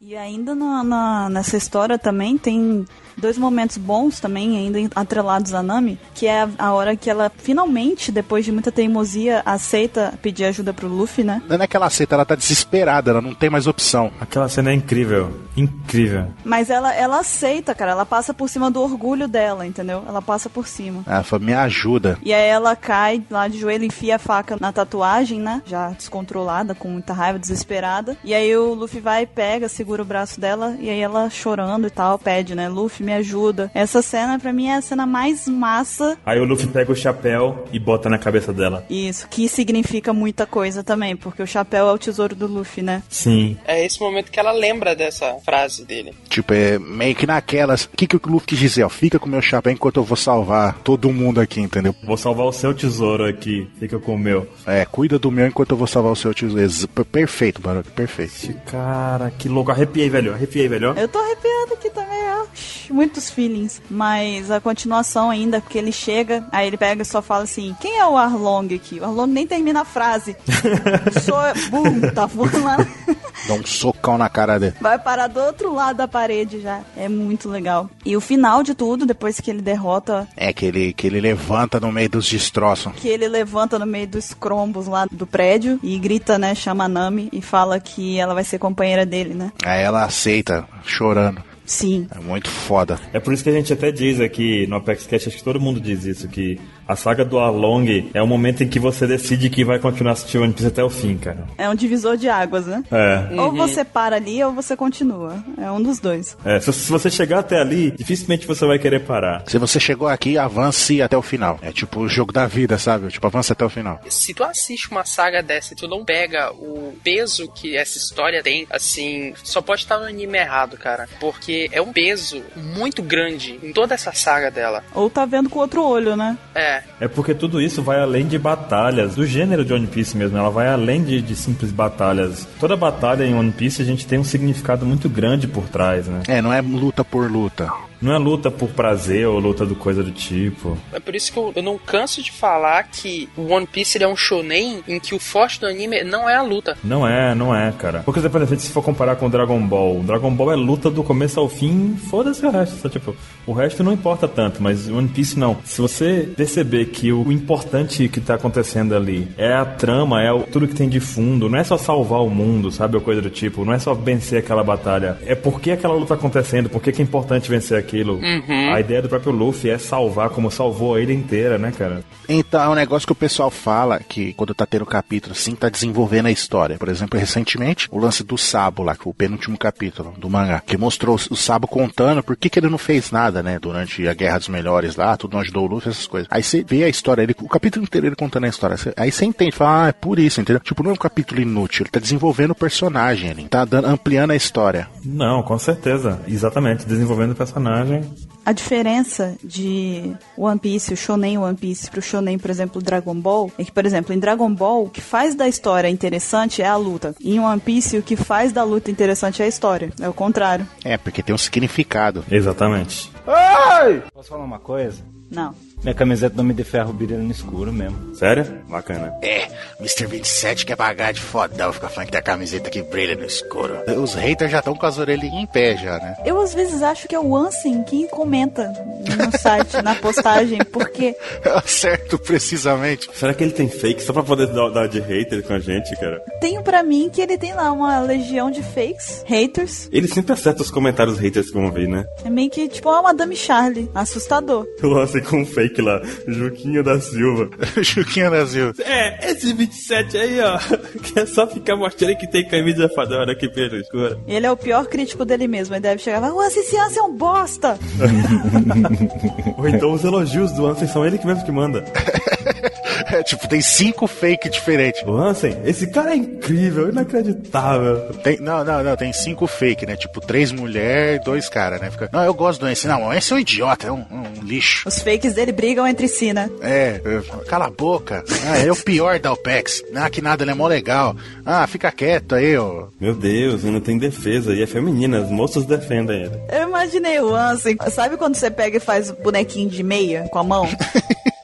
E ainda na, na- nessa história também tem dois momentos bons também, ainda em- atrelados à Nami, que é a, a hora que ela finalmente, depois de muita teimosia, aceita pedir ajuda pro Luffy, né?
Não é que ela aceita, ela tá desesperada, ela não tem mais opção.
Aquela cena é incrível. Incrível.
Mas ela, ela aceita, cara, ela passa por cima do orgulho dela, entendeu? Ela passa por cima.
Ela falou, Ah, me ajuda.
E aí ela cai lá de joelho, enfia a faca na tatuagem, né? Já descontrolada, com muita raiva, desesperada. E aí o Luffy vai, pega, segura o braço dela, e aí ela chorando e tal, pede, né? Luffy, me ajuda. Essa cena, pra mim, é a cena mais massa.
Aí o Luffy pega o chapéu e bota na cabeça dela.
Isso, que significa muita coisa também, porque o chapéu é o tesouro do Luffy, né?
Sim.
É esse momento que ela lembra dessa frase dele.
Tipo, é meio que naquelas. O que, que o Luffy quis dizer? Ó, fica com o meu chapéu enquanto eu vou salvar todo mundo aqui, entendeu?
Vou salvar o seu tesouro aqui. Fica com o meu.
É, cuida do meu enquanto eu vou salvar o seu tio. Ex- per- Perfeito, Baroque, perfeito.
Cara, que louco. Arrepiei, velho. Arrepiei, velho.
Eu tô arrepiada aqui também, ó. É, Muitos feelings. Mas a continuação ainda, porque ele chega, aí ele pega e só fala assim: quem é o Arlong aqui? O Arlong nem termina a frase. Sou. Bum, tá voando lá.
Dá um socão na cara dele.
Vai parar do outro lado da parede já. É muito legal. E o final de tudo, depois que ele derrota,
É, que ele, que ele levanta no meio dos destroços.
que ele levanta no meio dos crombos lá do prédio e grita, né? Chama a Nami e fala que ela vai ser companheira dele, né?
Aí ela aceita, chorando.
Sim.
É muito foda.
É por isso que a gente até diz aqui no Apex Cash, acho que todo mundo diz isso, que a saga do Arlong é o momento em que você decide que vai continuar assistindo One Piece até o fim, cara.
É um divisor de águas, né?
É.
Ou você para ali ou você continua. É um dos dois.
é. Se, se você chegar até ali, dificilmente você vai querer parar.
Se você chegou aqui, avance até o final. É tipo o jogo da vida, sabe? Tipo, avança até o final.
Se tu assiste uma saga dessa e tu não pega o peso que essa história tem, assim, só pode estar no anime errado, cara. Porque é um peso muito grande em toda essa saga dela.
Ou tá vendo com outro olho, né?
É,
É porque tudo isso vai além de batalhas, do gênero de One Piece mesmo, ela vai além de, de simples batalhas. Toda batalha em One Piece a gente tem um significado muito grande por trás, né?
É, não é luta por luta.
Não é luta por prazer ou luta do coisa do tipo.
É por isso que eu, eu não canso de falar que o One Piece ele é um shonen em que o forte do anime não é a luta.
Não é, não é, cara. Porque, por exemplo, se for comparar com Dragon Ball, Dragon Ball é luta do começo ao fim, foda-se o resto. Só, tipo, o resto não importa tanto, mas One Piece não. Se você perceber que o importante que tá acontecendo ali é a trama, é o, tudo que tem de fundo, não é só salvar o mundo, sabe? Ou coisa do tipo, não é só vencer aquela batalha. É por que aquela luta tá acontecendo, por que, que é importante vencer aquilo. A ideia do próprio Luffy é salvar como salvou a ilha inteira, né, cara?
Então, é um negócio que o pessoal fala que quando tá tendo capítulo assim, tá desenvolvendo a história. Por exemplo, recentemente, o lance do Sabo lá, que foi o penúltimo capítulo do mangá, que mostrou o Sabo contando por que, que ele não fez nada, né, durante a Guerra dos Melhores lá, tudo não ajudou o Luffy, essas coisas. Aí você vê a história, ele, o capítulo inteiro ele contando a história. Cê- aí você entende, fala, ah, é por isso, entendeu? Tipo, não é um capítulo inútil, ele tá desenvolvendo o personagem, ele tá dando, ampliando a história.
Não, com certeza. Exatamente. Desenvolvendo o personagem.
A diferença de One Piece, o shonen One Piece, pro shonen, por exemplo, Dragon Ball, é que, por exemplo, em Dragon Ball, o que faz da história interessante é a luta. Em One Piece, o que faz da luta interessante é a história. É o contrário.
É, porque tem um significado.
Exatamente.
Posso falar uma coisa?
Não.
Minha camiseta não me de ferro brilha no escuro mesmo.
Sério? Bacana.
É, Mr. 27 quer pagar de fodão, fica falando que tem a camiseta que brilha no escuro. Os haters já estão com as orelhas em pé já, né?
Eu às vezes acho que é o Ansem quem comenta no site, na postagem, porque
Certo, precisamente.
Será que ele tem fake só pra poder dar, dar de hater com a gente, cara?
tenho um pra mim que ele tem lá uma legião de fakes, haters.
Ele sempre acerta os comentários haters que vão vir, né?
É meio que tipo uma Madame Charlie, assustador.
Nossa, com um fake lá. Juquinha da Silva.
Juquinha Brasil.
É, esse 27 aí, ó, que é só ficar mostrando que tem camisa fadora que pelo escuro.
Ele é o pior crítico dele mesmo, ele deve chegar lá, o Ansem, esse Ansem é um bosta!
Ou então os elogios do Ansem são ele que mesmo que manda.
É, tipo, tem cinco fake diferentes.
O Ansem, esse cara é incrível, inacreditável.
Tem- não, não, não, tem cinco fake, né? Tipo, três mulheres e dois caras, né? Fica, não, eu gosto do Ence. Não, o Ence é um idiota, é um, um lixo.
Os fakes dele brigam entre si, né?
É, eu- cala a boca. Ah, ele é o pior da OPEX. Ah, que nada, ele é mó legal. Ah, fica quieto aí, ó.
Meu Deus, ainda tem defesa. E é feminina, as moças defendem ele.
Eu imaginei o Ansem. Sabe quando você pega e faz bonequinho de meia com a mão?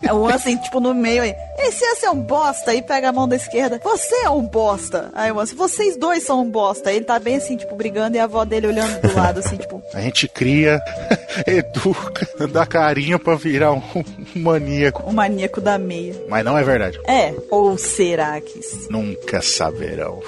É o Ansem, tipo, no meio aí. Esse Ansem é um bosta. Aí pega a mão da esquerda. Você é um bosta. Aí o Ansem, vocês dois são um bosta. Aí Ele tá bem assim, tipo, brigando e a avó dele olhando do lado, assim, tipo.
A gente cria, educa, dá carinho pra virar um, um maníaco.
O maníaco da meia.
Mas não é verdade.
É, ou será que s-
Nunca saberão.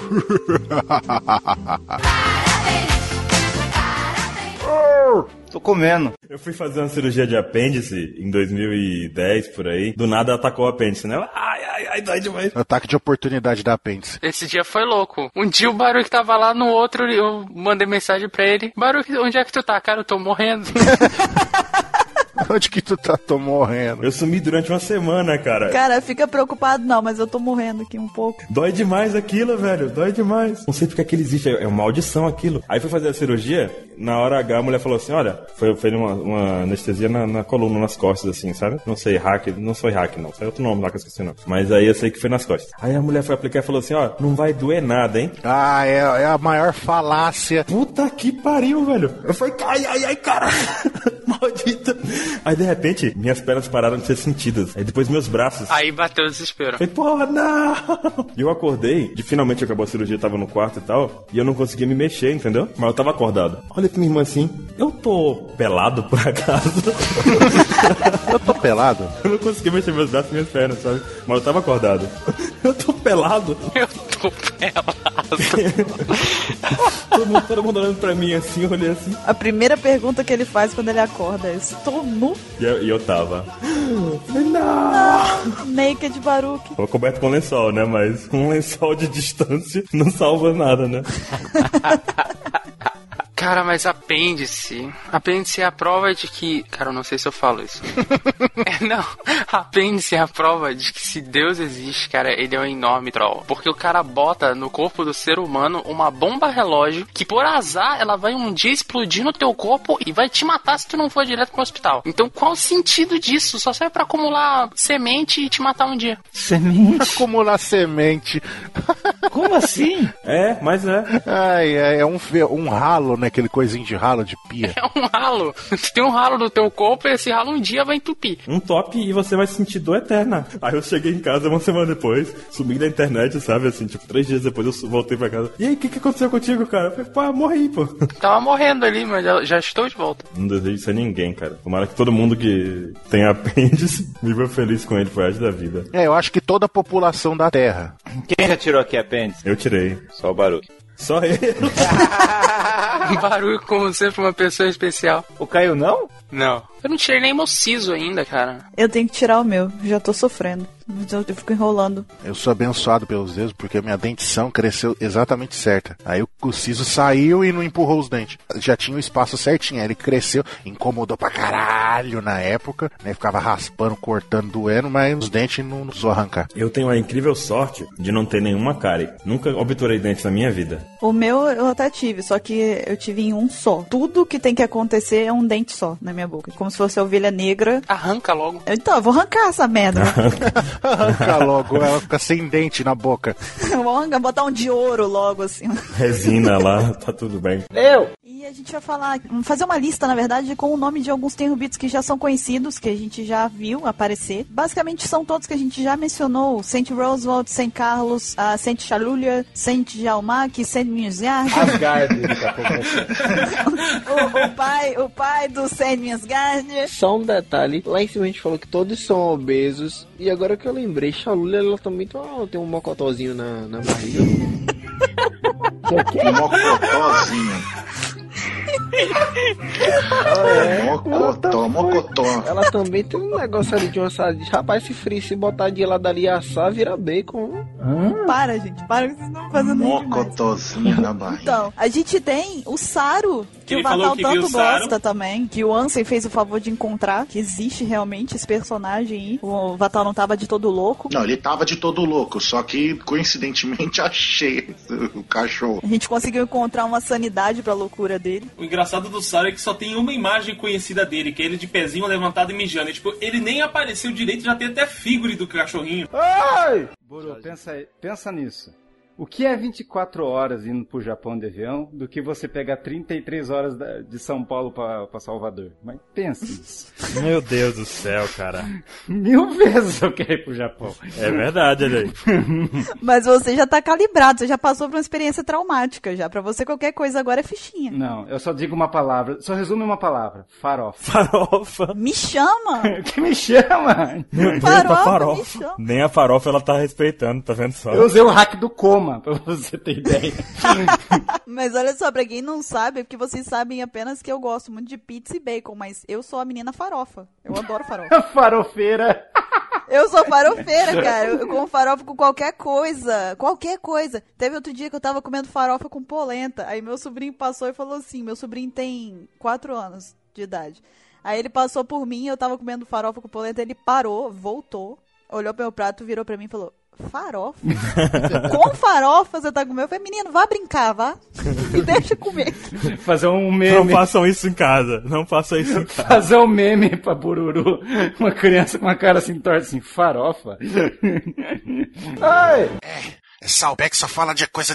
Tô comendo.
Eu fui fazer uma cirurgia de apêndice em 2010, por aí. Do nada atacou o apêndice, né? Ai, ai, ai, dói demais.
Ataque de oportunidade da apêndice.
Esse dia foi louco. Um dia o Baruch tava lá, no outro eu mandei mensagem pra ele. Baruch, onde é que tu tá? Cara, eu tô morrendo.
Onde que tu tá? Tô morrendo.
Eu sumi durante uma semana, cara.
Cara, fica preocupado não, mas eu tô morrendo aqui um pouco.
Dói demais aquilo, velho. Dói demais. Não sei porque aquilo existe. É uma maldição aquilo. Aí fui fazer a cirurgia. Na hora H, a mulher falou assim: Olha, foi, foi uma, uma anestesia na, na coluna, nas costas, assim, sabe? Não sei, hack. Não foi hack, não. Foi outro nome lá que eu esqueci o nome. Mas aí eu sei que foi nas costas. Aí a mulher foi aplicar e falou assim: Ó, não vai doer nada, hein?
Ah, é, é a maior falácia.
Puta que pariu, velho. Eu falei, ai, ai, ai, cara. Maldito. Aí de repente, minhas pernas pararam de ser sentidas. Aí depois meus braços.
Aí bateu o desespero.
Falei, porra, não! E eu acordei, de finalmente acabou a cirurgia, tava no quarto e tal, e eu não conseguia me mexer, entendeu? Mas eu tava acordado. Olha pra minha irmã assim, eu tô pelado por acaso.
Eu tô pelado.
eu não conseguia mexer meus braços e minhas pernas, sabe? Mas eu tava acordado. eu tô pelado.
Eu tô pelado.
Todo mundo, todo mundo olhando pra mim assim, eu olhei assim.
A primeira pergunta que ele faz quando ele acorda é: Estou nu,
E eu, e eu tava. Falei, não!
naked Baruque.
Tava coberto com lençol, né? Mas um lençol de distância não salva nada, né?
Cara, mas apêndice. Apêndice é a prova de que. Cara, eu não sei se eu falo isso. é, não. Apêndice é a prova de que se Deus existe, cara, ele é um enorme troll. Porque o cara bota no corpo do ser humano uma bomba relógio que, por azar, ela vai um dia explodir no teu corpo e vai te matar se tu não for direto pro hospital. Então, qual o sentido disso? Só serve pra acumular semente e te matar um dia.
Acumular semente.
Como assim?
É, mas é.
Ai, ai, é um, fe- um ralo, né? Aquele coisinho de ralo de pia.
É um ralo. Tu tem um ralo no teu corpo e esse ralo um dia vai entupir.
Um top e você vai sentir dor eterna. Aí eu cheguei em casa uma semana depois, subi na internet, sabe? Assim, tipo, três dias depois eu su- voltei pra casa. E aí, o que, que aconteceu contigo, cara? Eu falei, pô, morri, pô.
Tava morrendo ali, mas já, já estou de volta.
Não desejo isso a ninguém, cara. Tomara que todo mundo que tem apêndice viva feliz com ele pro resto da vida.
É, eu acho que toda a população da Terra.
Quem já tirou aqui apêndice?
Eu tirei.
Só o barulho.
Só ele. Ah.
Um barulho como sempre uma pessoa especial.
O Caio não?
Não. Eu não tirei nem meu siso ainda, cara.
Eu tenho que tirar o meu, já tô sofrendo. Eu, eu fico enrolando.
Eu sou abençoado pelos deuses porque minha dentição cresceu exatamente certa. Aí o, o siso saiu e não empurrou os dentes. Já tinha o espaço certinho, aí ele cresceu, incomodou pra caralho na época, né? Ficava raspando, cortando, doendo, mas os dentes não, não precisou arrancar.
Eu tenho a incrível sorte de não ter nenhuma cárie. Nunca obturei dente na minha vida.
O meu eu até tive, só que eu tive em um só. Tudo que tem que acontecer é um dente só na minha boca. Como se fosse a ovelha negra.
Arranca logo.
Então, eu vou arrancar essa merda.
Arranca logo, ela fica sem dente na boca.
eu vou arrancar, botar um de ouro logo, assim.
Resina lá, tá tudo bem.
E a gente vai falar, fazer uma lista, na verdade, com o nome de alguns terrubitos que já são conhecidos, que a gente já viu aparecer. Basicamente são todos que a gente já mencionou: Saint Roosevelt, Saint Carlos, ah, Saint Chalulha, Saint Jalmac, Saint Minsgard.
Ah,
Asgard. daqui a pouco.
o, o pai, o pai do Saint Minsgard.
Só um detalhe, lá em cima a gente falou que todos são obesos, e agora que eu lembrei, Chalula ela também tem, ah, tem um mocotózinho na, na barriga.
Mocotózinho. Mocotó, mocotó.
Ela também tem um negócio ali de uma sardinha. Rapaz, se frio, se botar de lado ali e assar, vira bacon.
Para, gente, para que vocês estão fazendo isso demais.
Mocotózinho na barriga.
Então, a gente tem o Saro, que
Ele
o Vatal
falou que viu
tanto
o Saru.
gosta também, que o Ansem fez o favor de encontrar, que existe realmente esse personagem aí. O Vatal não tava de todo louco.
Não, ele tava de todo louco, só que coincidentemente achei o cachorro.
A gente conseguiu encontrar uma sanidade pra loucura dele.
O engraçado do Saro é que só tem uma imagem conhecida dele, que é ele de pezinho levantado e mijando. E, tipo, ele nem apareceu direito, já tem até figure do cachorrinho.
Ai! Boro, pensa, aí- pensa nisso. O que é 24 horas indo pro Japão de avião do que você pegar 33 horas da- de São Paulo pra, pra Salvador? Mas pensa nisso.
Meu Deus do céu, cara.
Mil vezes eu quero ir pro Japão.
É verdade, olha aí.
Mas você já tá calibrado, você já passou por uma experiência traumática já. Pra você qualquer coisa agora é fichinha.
Não, eu só digo uma palavra. Só resume uma palavra. Farofa.
Farofa.
Me chama!
que me chama?
Meu Deus,
Farofa,
tá
bicho.
farofa. Nem a farofa ela tá respeitando, tá vendo só?
Eu usei o hack do coma, pra você ter ideia.
Mas olha só, pra quem não sabe, é porque vocês sabem apenas que eu gosto muito de pizza e bacon, mas eu sou a menina farofa. Eu adoro farofa.
Farofeira.
eu sou farofeira, cara. Eu, eu como farofa com qualquer coisa. Qualquer coisa. Teve outro dia que eu tava comendo farofa com polenta. Aí meu sobrinho passou e falou assim: meu sobrinho tem 4 anos de idade. Aí ele passou por mim, eu tava comendo farofa com polenta, ele parou, voltou, olhou pro meu prato, virou pra mim e falou: Farofa? com farofa você tá comendo? Eu falei, menino, vá brincar, vá. E deixa eu comer.
Fazer
Não
um meme.
façam isso em casa. Não façam isso em casa.
Fazer um meme pra Bururu. Uma criança com uma cara assim torta assim, farofa. Ai!
Salbeck É, só fala de coisa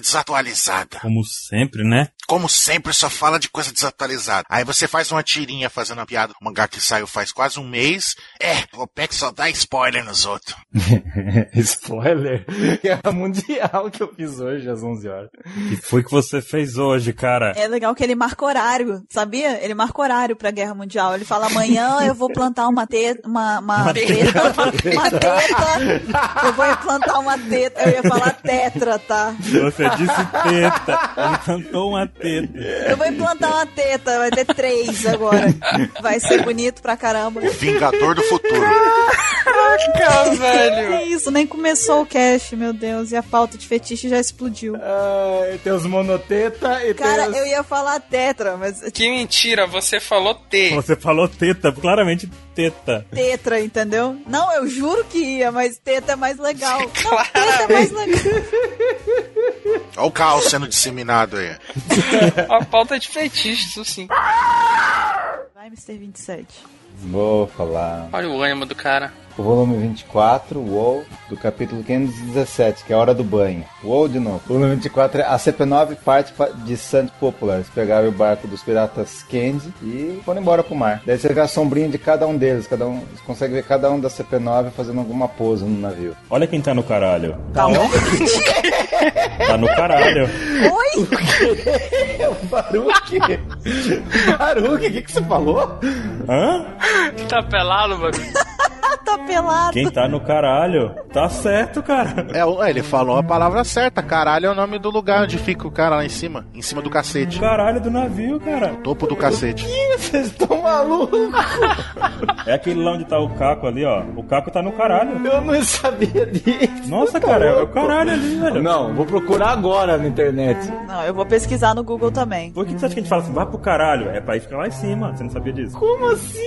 desatualizada.
Como sempre, né?
Como sempre, só fala de coisa desatualizada. Aí você faz uma tirinha fazendo uma piada. O mangá que saiu faz quase um mês. É, o Peck só dá spoiler nos outros.
Spoiler! Guerra Mundial que eu fiz hoje às 11 horas.
O que foi que você fez hoje, cara?
É legal que ele marca horário, sabia? Ele marca horário pra Guerra Mundial. Ele fala, amanhã eu vou plantar uma teta, uma, uma, teta, uma teta, eu vou plantar uma teta, eu ia falar tetra, tá?
Você disse teta. Ele cantou uma teta.
Eu vou implantar uma teta, vai ter três agora. Vai ser bonito pra caramba.
Vingador do futuro.
Que É isso, nem começou o cast, meu Deus, e a pauta de fetiche já explodiu.
Ai, Ah, tem os monoteta e
Cara,
tem os...
eu ia falar tetra, mas
Que mentira, você falou T.
Você falou teta, claramente teta.
tetra, entendeu? Não, eu juro que ia, mas teta é mais legal. Não, teta é mais legal.
Olha o caos sendo disseminado aí.
A pauta é de fetiche, isso sim.
Vai, Mr. 27.
Vou falar.
Olha o ânimo do cara.
o volume 24, UOL, do capítulo 517, que é a hora do banho. UOL de novo. O volume 24 é a CP9 parte pa- de Saint Popular. Eles pegaram o barco dos piratas Candy e foram embora pro mar. Daí você vê a sombrinha de cada um deles, cada um, você consegue ver cada um da CP9 fazendo alguma pose no navio.
Olha quem tá no caralho.
Tá bom?
Tá no caralho.
Oi?
Baruque? Baruque, o que, que você falou?
Hã?
Tá pelado, mano.
Tá pelado.
Quem tá no caralho? Tá certo, cara.
É, o- ele falou a palavra certa. Caralho é o nome do lugar onde fica o cara lá em cima. Em cima do cacete.
Caralho do navio, cara.
Topo do cacete.
Vocês estão malucos?
É aquele lá onde tá o Caco ali, ó. O Caco tá no caralho.
Eu não sabia disso. Tá
Nossa, cara, é o caralho ali, velho.
Não, vou procurar agora na internet.
Não, eu vou pesquisar no Google também.
Por que você acha que a gente fala assim, vai pro caralho? É pra ir ficar lá em cima, você não sabia disso.
Como assim?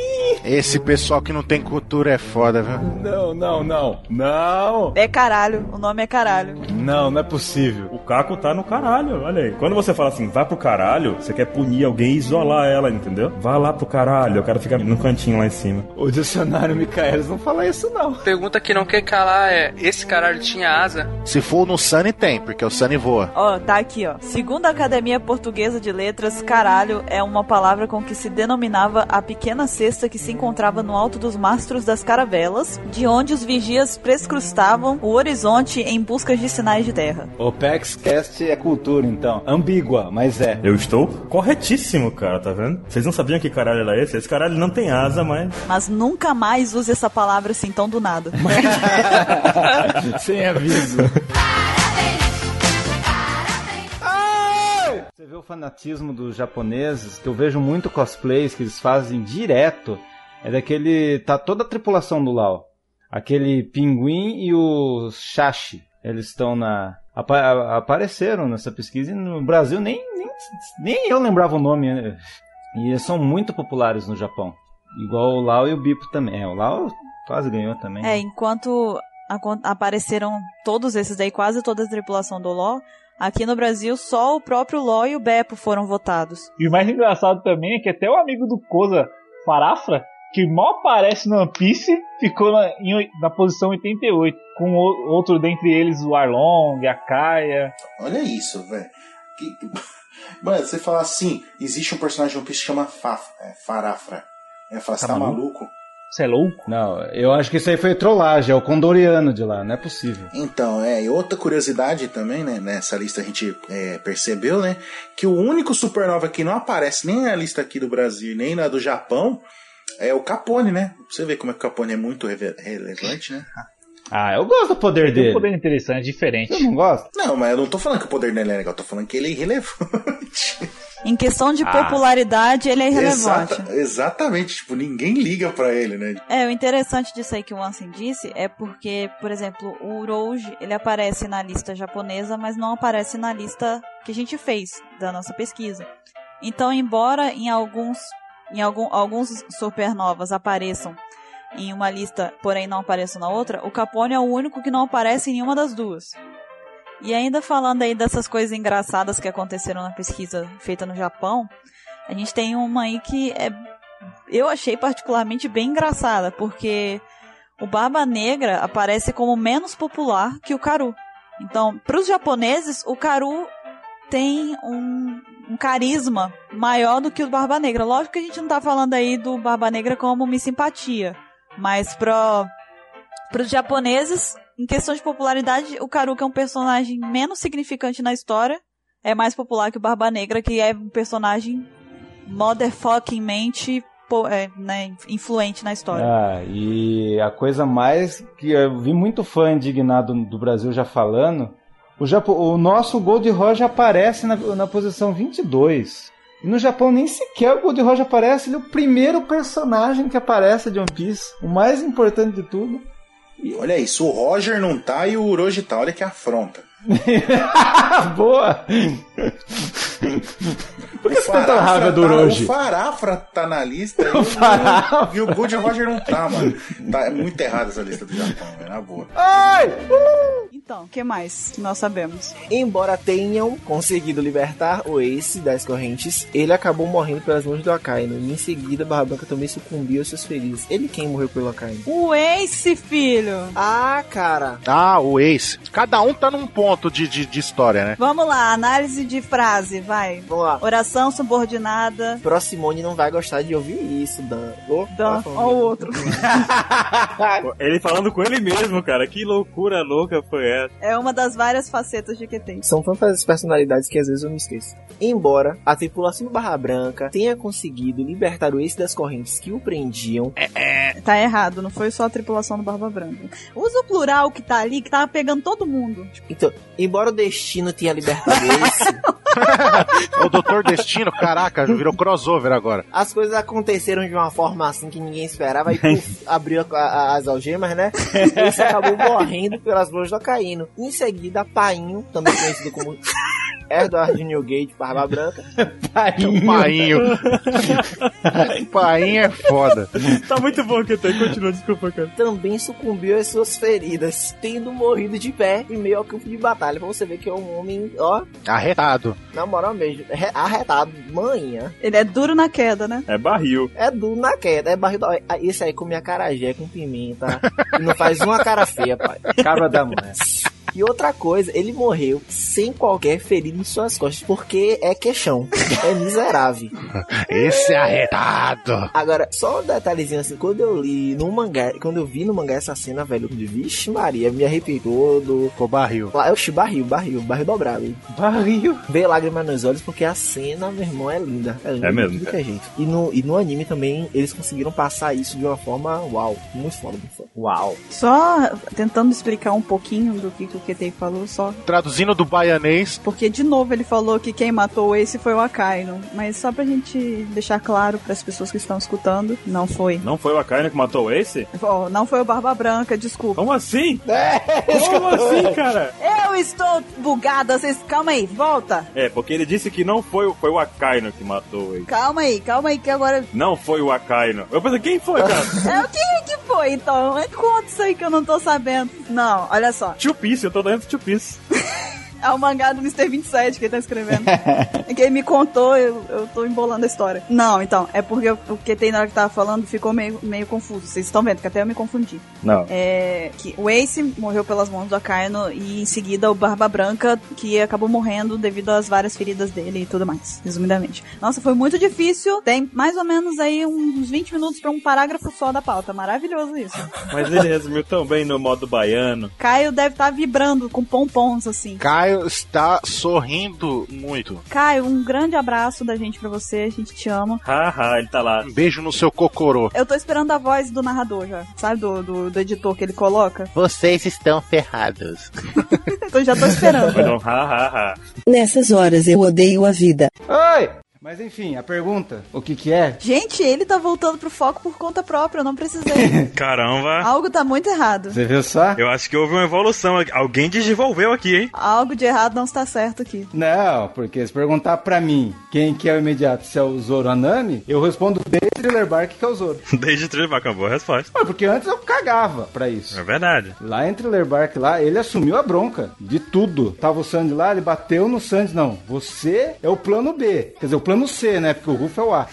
Esse pessoal que não tem cultura é foda, viu?
Não, não, não. Não,
É caralho, o nome é caralho.
não, não é possível.
O Caco tá no caralho, olha aí. Quando você fala assim, vai pro caralho, você quer punir alguém e isolar ela, entendeu? Vai lá pro caralho, eu quero ficar no cantinho lá em cima.
O dicionário Micaelis não fala isso, não.
Pergunta que não quer calar é: esse caralho tinha asa?
Se for no Sunny, tem, porque o Sunny voa.
Ó, tá aqui, ó. Segundo a Academia Portuguesa de Letras, caralho é uma palavra com que se denominava a pequena cesta que se encontrava no alto dos mastros das caravelas, de onde os vigias prescrustavam o horizonte em busca de sinais de terra.
O PaxCast é cultura, então. Ambígua, mas é.
Eu estou corretíssimo, cara, tá vendo? Vocês não sabiam que caralho era esse? Esse caralho não tem asa, mas.
Mas nunca mais use essa palavra assim tão do nada.
Sem aviso. Você vê o fanatismo dos japoneses, que eu vejo muito cosplays que eles fazem direto. É daquele. Tá toda a tripulação do Lau. Aquele pinguim e o Shashi. Eles estão na. apa- apareceram nessa pesquisa e no Brasil nem, nem, nem eu lembrava o nome. né? E eles são muito populares no Japão. Igual o Lau e o Bipo também. É, o Lau quase ganhou também.
É, enquanto acon- apareceram todos esses daí, quase toda a tripulação do LOL, aqui no Brasil só o próprio LOL e o Beppo foram votados.
E o mais engraçado também é que até o amigo do Koza, Farafra, que mal aparece no One Piece, ficou na, em oi- na posição 88, com o- outro dentre eles o Arlong, a Kaia.
Olha isso, velho. Que... Mano, você fala assim, existe um personagem de One Piece que chama Faf... é, Farafra. Eu falo, você tá maluco?
Você é louco?
Não, eu acho que isso aí foi trollagem, é o Condoriano de lá, não é possível.
Então, é, e outra curiosidade também, né, nessa lista a gente é, percebeu, né, que o único supernova que não aparece nem na lista aqui do Brasil, nem na do Japão, é o Capone, né? Pra Você vê como é que o Capone é muito reve- relevante, né?
é
Ah, eu gosto do poder
Tem
dele.
um poder interessante, diferente.
Você não gosta?
Não, mas eu não tô falando que o poder dele é legal, eu tô falando que ele é irrelevante.
Em questão
Ah.
de popularidade, ele é
Ah.
irrelevante.
Exata- exatamente, tipo, ninguém liga pra ele, né?
É, o interessante disso aí que o Ansem disse é porque, por exemplo, o Rouge, ele aparece na lista japonesa, mas não aparece na lista que a gente fez da nossa pesquisa. Então, embora em alguns em algum, alguns supernovas apareçam em uma lista, porém não apareçam na outra, o Capone é o único que não aparece em nenhuma das duas. E ainda falando aí dessas coisas engraçadas que aconteceram na pesquisa feita no Japão, a gente tem uma aí que é eu achei particularmente bem engraçada, porque o Barba Negra aparece como menos popular que o Karu. Então, para os japoneses, o Karu tem um, um carisma maior do que o Barba Negra. Lógico que a gente não tá falando aí do Barba Negra como uma simpatia, mas para os japoneses, em questão de popularidade, o Karu que é um personagem menos significante na história, é mais popular que o Barba Negra, que é um personagem motherfucking mente po- é, né, influente na história.
Ah, e a coisa mais que eu vi muito fã indignado do Brasil já falando, o, Japo- o nosso Gold Roger aparece na, na posição 22. E no Japão nem sequer o Gold Roger aparece, ele é o primeiro personagem que aparece de One Piece, o mais importante de tudo.
Olha isso, o Roger não tá e o Uroji tá, olha que afronta.
Boa! Por que você tem tanta raiva do
tá,
Roger?
O Farafra tá na lista e o-
Farafra.
e o Gold Roger não tá, mano. Tá, é muito errado essa lista do Japão, velho, na boa.
Então, Então, o que mais que nós sabemos?
Embora tenham conseguido libertar o Ace das correntes, ele acabou morrendo pelas mãos do Akainu. E em seguida, Barra Branca também sucumbiu aos seus ferimos. Ele quem morreu pelo Akainu?
O Ace, filho!
Ah, cara!
Ah, o Ace. Cada um tá num ponto de, de, de história, né?
Vamos lá, análise de frase, vai.
Vamos lá.
Oração subordinada.
Proximone não vai gostar de ouvir isso, Dan. Ô, tá
Dan, ó o outro.
Ele falando com ele mesmo, cara. Que loucura louca foi essa.
É uma das várias facetas de que tem.
São tantas personalidades que às vezes eu me esqueço. Embora a tripulação do Barra Branca tenha conseguido libertar o Ace das correntes que o prendiam,
Tá errado, não foi só a tripulação do Barba Branca. Usa o plural que tá ali, que tava pegando todo mundo. Tipo,
Então, embora o destino tenha libertado esse,
O Doutor Destino, caraca, virou crossover agora.
as coisas aconteceram de uma forma assim que ninguém esperava e puf, abriu a- a- as algemas, né? E esse acabou morrendo pelas mãos do Caíno. Em seguida, Painho, também conhecido como Edward Newgate, Barba Branca.
né?
Painho. Painho. Painho é foda.
Tá muito bom que tem, continua, desculpa, cara.
também sucumbiu às suas feridas, tendo morrido de pé em meio ao campo de batalha. Pra você ver que é um homem, ó,
Arretado.
na moral mesmo, re- arretado, manha.
Ele é duro na queda, né?
É barril.
É duro na queda, é barrido. ó, Esse aí come
É
acarajé com
tá?
pimenta. e não faz uma cara feia, é pai.
Cabra da mulher.
E outra coisa, ele morreu sem qualquer ferida em suas costas, porque é queixão. É miserável.
Esse é arretado.
Agora, só um detalhezinho assim, quando eu li no mangá, quando eu vi no mangá essa cena, velho, eu vixe Maria, me arrepiou todo.
Ficou barril.
Lá, oxi, barril, barril, barril dobrado. hein?
Barril.
Veio lágrimas nos olhos porque a cena, meu irmão, é linda. É, linda
É
de
mesmo,
tudo que é jeito. E no, e no anime também, eles conseguiram passar isso de uma forma uau. Muito foda, muito foda.
Uau.
Só tentando explicar um pouquinho do que, que o QT falou, só.
Traduzindo do baianês.
Porque, de novo, ele falou que quem matou esse foi o Akainu. Mas só pra gente deixar claro para as pessoas que estão escutando, não foi.
Não foi o Akainu que matou o Ace?
Ó, não foi o Barba Branca, desculpa.
Como assim?
É,
Como assim, cara?
Eu estou bugada, vocês. Calma aí, volta.
É, porque ele disse que não foi, o- foi o Akainu que matou o Ace.
Calma aí, calma aí, que agora.
Não foi o Akainu. Eu pensei, quem foi, cara?
É o que que foi, então? É Conta isso aí que eu não tô sabendo. Não, olha só.
Tio Piece, eu tô dentro do Tio Piece.
É o mangá do Mr. 27 que ele tá escrevendo. É que ele me contou, eu, eu tô embolando a história. Não, então, é porque o que tem na hora que tava falando ficou meio, meio confuso. Vocês estão vendo que até eu me confundi.
Não.
É, que o Ace morreu pelas mãos do Akaino e em seguida o Barba Branca, que acabou morrendo devido às várias feridas dele e tudo mais, resumidamente. Nossa, foi muito difícil. Tem mais ou menos aí uns 20 minutos pra um parágrafo só da pauta. Maravilhoso isso.
Mas ele resumiu tão bem no modo baiano.
Caio deve estar vibrando com pompons assim.
Caio está sorrindo muito.
Caio, um grande abraço da gente pra você, a gente te ama.
Haha, ele tá lá.
Um beijo no seu cocorô.
Eu tô esperando a voz do narrador já, sabe? Do, do, do editor que ele coloca.
Vocês estão ferrados.
Então já tô esperando.
Foi um ha, ha, ha.
Nessas horas eu odeio a vida.
Oi! Mas enfim, a pergunta, o que que é?
Gente, ele tá voltando pro foco por conta própria, eu não precisei.
Caramba.
Algo tá muito errado.
Você viu só?
Eu acho que houve uma evolução. aqui. Alguém desenvolveu aqui, hein?
Algo de errado não está certo aqui.
Não, porque se perguntar pra mim quem que é o imediato, se é o Zoro Anami, eu respondo desde Thriller Bark que é o Zoro.
Desde Trilha acabou a resposta.
Ué, porque antes eu cagava pra isso.
É verdade.
Lá em Thriller Bark, lá, ele assumiu a bronca de tudo. Tava o Sandy lá, ele bateu no Sandy. Não, você é o plano B. Quer dizer, o plano C, né? Porque o Rufo é o A.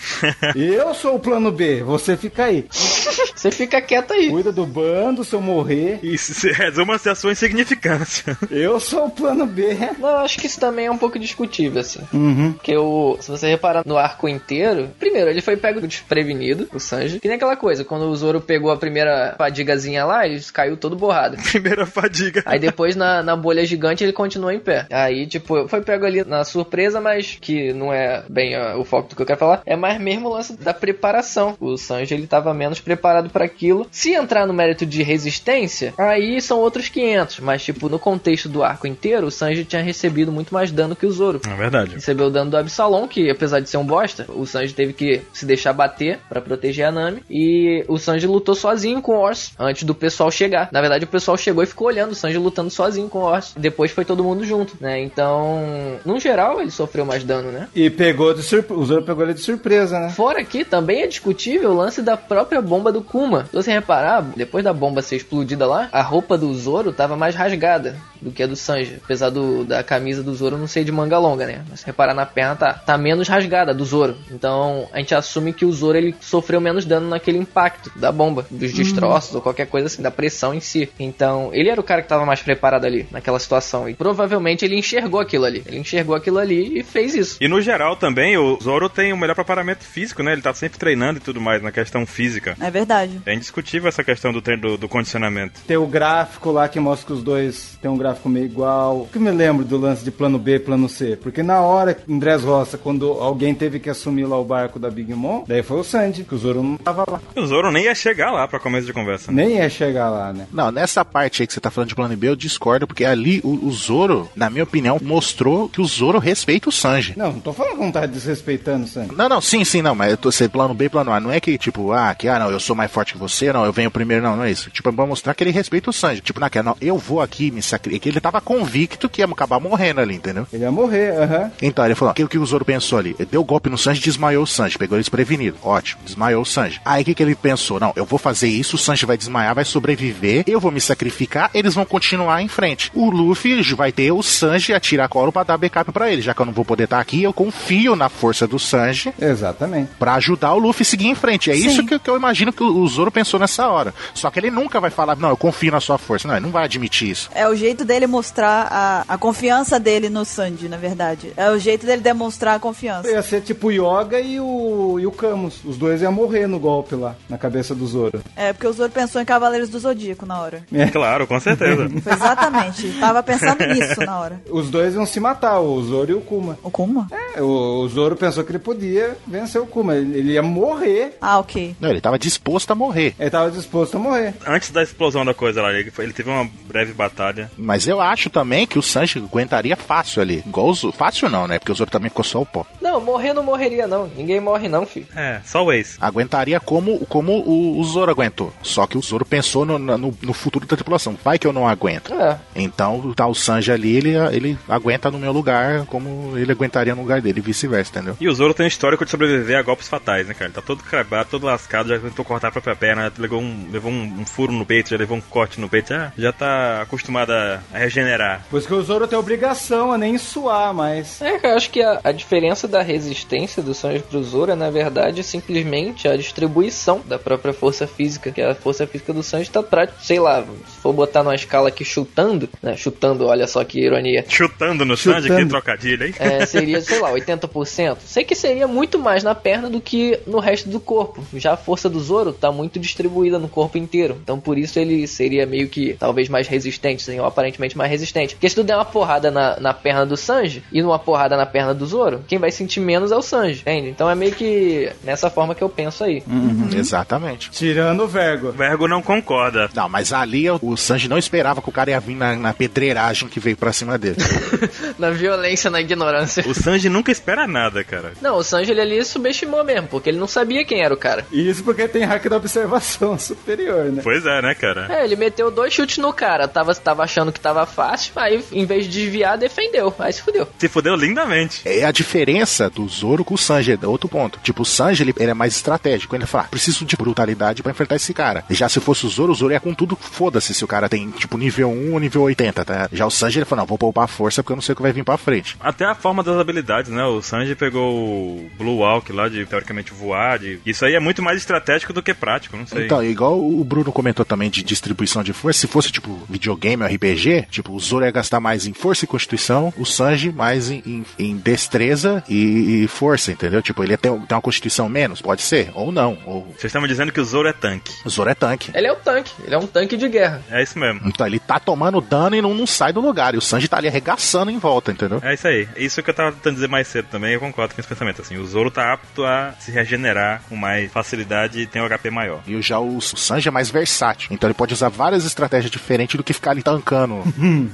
eu sou o plano B, você fica aí.
Você fica quieto aí.
Cuida do bando se eu morrer.
Isso se- resuma-se a sua insignificância.
Eu sou o plano B.
Não, eu acho que isso também é um pouco discutível, assim.
Uhum.
Porque o, se você reparar no arco inteiro, primeiro, ele foi pego desprevenido, o Sanji. Que nem aquela coisa, quando o Zoro pegou a primeira fadigazinha lá, ele caiu todo borrado.
Primeira fadiga.
Aí depois, na, na bolha gigante, ele continuou em pé. Aí, tipo, foi pego ali na surpresa, mas que não é bem ó, o foco do que eu quero falar. É mais mesmo o lance da preparação. O Sanji, ele tava menos preparado pra aquilo. Se entrar no mérito de resistência, aí são outros 500. Mas, tipo, no contexto do arco inteiro, o Sanji tinha recebido muito mais dano que o Zoro.
É verdade.
Recebeu o dano do Absalom, que apesar de ser um bosta, o Sanji teve que se deixar bater pra proteger a Nami. E o Sanji lutou sozinho com o Ors antes do pessoal chegar. Na verdade, o pessoal chegou e ficou olhando o Sanji lutando sozinho com o Ors. Depois foi todo mundo junto, né? Então, no geral, ele sofreu mais dano, né?
E pegou de surpresa. O Zoro pegou ele de surpresa, né?
Fora que também é discutível o lance da própria bomba do Kuma. Se você reparar, depois da bomba ser explodida lá, a roupa do Zoro tava mais rasgada. do que a do Sanji. Apesar do, da camisa do Zoro, eu não sei de manga longa, né? Mas se reparar na perna, tá, tá menos rasgada a do Zoro. Então a gente assume que o Zoro ele sofreu menos dano naquele impacto da bomba, dos destroços ou qualquer coisa assim, da pressão em si. Então ele era o cara que tava mais preparado ali, naquela situação. E provavelmente ele enxergou aquilo ali. Ele enxergou aquilo ali e fez isso.
E no geral também, o Zoro tem o melhor preparamento físico, né? Ele tá sempre treinando e tudo mais na questão física.
É verdade.
É indiscutível essa questão do treino do, do condicionamento.
Tem o gráfico lá que mostra que os dois tem um gráfico meio igual. O que me lembro do lance de plano B, plano C? Porque na hora, que em Dress Roça, quando alguém teve que assumir lá o barco da Big Mom, daí foi o Sandy, que o Zoro não tava lá.
O Zoro nem ia chegar lá pra começo de conversa.
Nem ia chegar lá, né?
Não, nessa parte aí que você tá falando de plano B, eu discordo, porque ali o, o Zoro, na minha opinião, mostrou que o Zoro respeita o Sanji.
Não, não tô falando que não tá desrespeitando o Sanji.
Não, não, sim, sim, não, mas eu tô sendo plano B e plano A. Não é que, tipo, ah, que, ah, não, eu sou mais forte que você, não, eu venho primeiro, não, não é isso. Tipo, é pra mostrar que ele respeita o Sanji. Tipo, naquela, não, eu vou aqui me sacrificar. Que ele tava convicto que ia acabar morrendo ali, entendeu?
Ele ia morrer, aham.
Então, ele falou, ó, que o que o Zoro pensou ali? Ele deu golpe no Sanji, desmaiou o Sanji, pegou ele desprevenido. Ótimo, desmaiou o Sanji. Aí, o que que ele pensou? Não, eu vou fazer isso, o Sanji vai desmaiar, vai sobreviver, eu vou me sacrificar, eles vão continuar em frente. O Luffy vai ter o Sanji atirar a coro pra dar backup pra ele, já que eu não vou poder estar aqui, eu confio na força do Sanji.
Exatamente.
Pra ajudar o Luffy a seguir em frente. É isso que, que eu imagino que o o Zoro pensou nessa hora. Só que ele nunca vai falar, não, eu confio na sua força. Não, ele não vai admitir isso.
É o jeito dele mostrar a, a confiança dele no Sandy, na verdade. É o jeito dele demonstrar a confiança.
Ia ser tipo o Yoga e o, e o Camus. Os dois iam morrer no golpe lá, na cabeça do Zoro.
É, porque o Zoro pensou em Cavaleiros do Zodíaco na hora.
Claro, com certeza.
Foi exatamente. Tava pensando nisso na hora.
Os dois iam se matar, o Zoro e o Kuma.
O Kuma?
É, o, o Zoro pensou que ele podia vencer o Kuma. Ele, ele ia morrer.
Ah, ok.
Não, ele tava disposto a morrer.
Ele tava disposto a morrer.
Antes da explosão da coisa lá, ele, foi- ele teve uma breve batalha.
Mas eu acho também que o Sanji aguentaria fácil ali. Igual o Zoro. Fácil não, né? Porque o Zoro também ficou só o pó.
Não, morrer não morreria, não. Ninguém morre, não, filho.
É, só o ex.
Aguentaria como, como o, o Zoro aguentou. Só que o Zoro pensou no, no, no futuro da tripulação. Vai que eu não aguento.
É.
Então tá o Sanji ali, ele, ele aguenta no meu lugar como ele aguentaria no lugar dele, e vice-versa, entendeu?
E o Zoro tem um histórico de sobreviver a golpes fatais, né, cara? Ele tá todo cravado, todo lascado, já tentou cortar a própria perna, já levou, um, levou um, um furo no peito, já levou um corte no peito, já, já tá acostumado a a regenerar.
Por isso que o Zoro tem obrigação a nem suar mais.
É, cara, eu acho que a, a diferença da resistência do Sanji pro Zoro é, na verdade, simplesmente a distribuição da própria força física. Que a força física do Sanji tá pra, sei lá, se for botar numa escala aqui chutando, né? Chutando, olha só que ironia.
Chutando no Sanji, que trocadilho, hein?
É, seria, sei lá, 80%. Sei que seria muito mais na perna do que no resto do corpo. Já a força do Zoro tá muito distribuída no corpo inteiro. Então por isso ele seria meio que talvez mais resistente, sim, ou aparentemente mais resistente. Porque se tu der uma porrada na, na perna do Sanji e uma porrada na perna do Zoro, quem vai sentir menos é o Sanji, entende? Então é meio que nessa forma que eu penso aí.
Uhum, Exatamente.
Uhum. Tirando o Vergo.
Vergo não concorda.
Não, mas ali o Sanji não esperava que o cara ia vir na, na pedreiragem que veio pra cima dele.
Na violência, na ignorância.
O Sanji nunca espera nada, cara.
Não, o Sanji ele ali subestimou mesmo, porque ele não sabia quem era o cara.
E isso porque tem hack da observação superior, né?
Pois é, né, cara?
É, ele meteu dois chutes no cara. Tava, tava achando que tava fácil, aí em vez de desviar, defendeu. Aí se fudeu.
Se fudeu lindamente.
É a diferença do Zoro com o Sanji, é outro ponto. Tipo, o Sanji, ele, ele é mais estratégico. Ele fala, "Ah, preciso de brutalidade pra enfrentar esse cara. Já se fosse o Zoro, o Zoro ia com tudo, foda-se se o cara tem, tipo, nível 1 ou nível 80, tá? Já o Sanji, ele fala, não, vou poupar a força porque eu não sei o que vai vir pra frente.
Até a forma das habilidades, né? O Sanji pegou o Blue Walk lá de teoricamente voar. De... Isso aí é muito mais estratégico do que prático, não sei.
Então, igual o Bruno comentou também de distribuição de força, se fosse, tipo, videogame ou RPG, tipo, o Zoro ia gastar mais em força e constituição, o Sanji mais em, em- em destreza e, e força, entendeu? Tipo, ele ia ter, ter uma constituição menos, pode ser, ou não. Ou...
Vocês estão me dizendo que o Zoro é tanque.
O Zoro é tanque.
Ele é um tanque, ele é um tanque de guerra.
É isso mesmo.
Então ele tá tomando dano e não, não sai do lugar. E o Sanji tá ali arregaçando em volta, entendeu?
É isso aí. Isso que eu tava tentando dizer mais cedo também, eu concordo com esse pensamento. Assim, o Zoro tá apto a se regenerar com mais facilidade e tem um HP maior.
E já o, o Sanji é mais versátil. Então ele pode usar várias estratégias diferentes do que ficar ali tancando,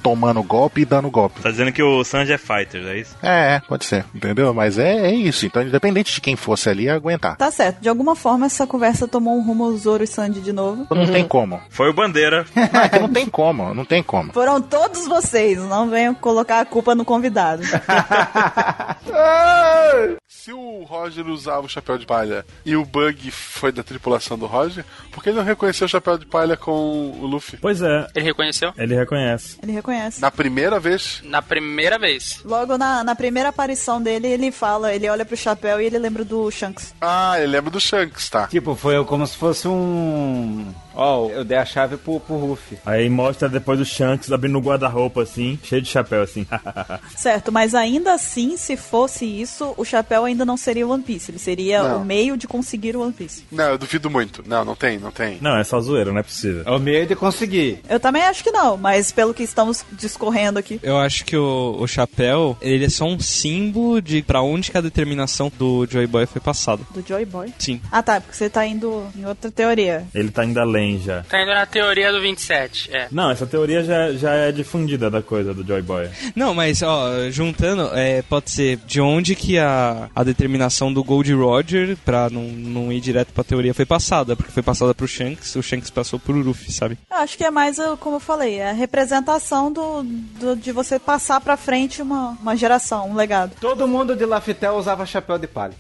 tomando golpe e dando golpe.
Tá dizendo que o Sanji é fighter, é isso?
É, é, pode ser, entendeu? Mas é, é isso. Então, independente de quem fosse ali, ia aguentar.
Tá certo. De alguma forma, essa conversa tomou um rumo ao Zoro e Sandy de novo.
Então, Não
Uhum.
tem como.
Foi o Bandeira.
Não, é que não tem como, não tem como.
Foram todos vocês, não venham colocar a culpa no convidado.
Se o Roger usava o chapéu de palha e o Bug foi da tripulação do Roger, por que ele não reconheceu o chapéu de palha com o Luffy?
Pois é.
Ele reconheceu?
Ele reconhece.
Ele reconhece.
Na primeira vez?
Na primeira vez.
Logo na, na primeira aparição dele, ele fala, ele olha pro chapéu e ele lembra do Shanks.
Ah, ele lembra do Shanks, tá.
Tipo, foi como se fosse um. Ó, eu dei a chave pro, pro Ruff.
Aí mostra depois o Shanks abrindo o guarda-roupa, assim, cheio de chapéu, assim.
Certo, mas ainda assim, se fosse isso, o chapéu ainda não seria o One Piece. Ele seria
Não.
o meio de conseguir o One Piece.
Não, eu duvido muito. Não, não tem, não tem.
não, é só zoeira, não é possível.
É o meio de conseguir.
Eu também acho que não, mas pelo que estamos discorrendo aqui.
Eu acho que o, o chapéu, ele é só um símbolo de pra onde que a determinação do Joy Boy foi passada.
Do Joy Boy?
Sim.
Ah tá, porque você tá indo em outra teoria.
Ele tá ainda além já.
Tá indo na teoria do 27, é.
Não, essa teoria já, já é difundida da coisa do Joy Boy.
Não, mas ó, juntando, é, pode ser de onde que a, a determinação do Gold Roger, pra não, não ir direto pra teoria, foi passada. Porque foi passada pro Shanks, o Shanks passou pro Luffy, sabe?
Eu acho que é mais, uh, como eu falei, a representação do, do- de você passar pra frente uma, uma geração, um legado.
Todo mundo de Laftel usava chapéu de palha.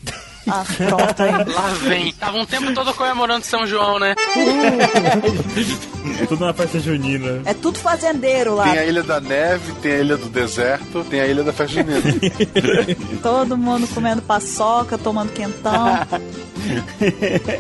Ah, pronto
Tá
aí.
Lá vem. Tava um tempo todo comemorando São João, né?
É tudo uma festa junina.
Uh. É tudo fazendeiro lá.
Tem a Ilha da Neve, tem a Ilha do Deserto, tem a Ilha da Festa Junina.
Todo mundo comendo paçoca, tomando quentão.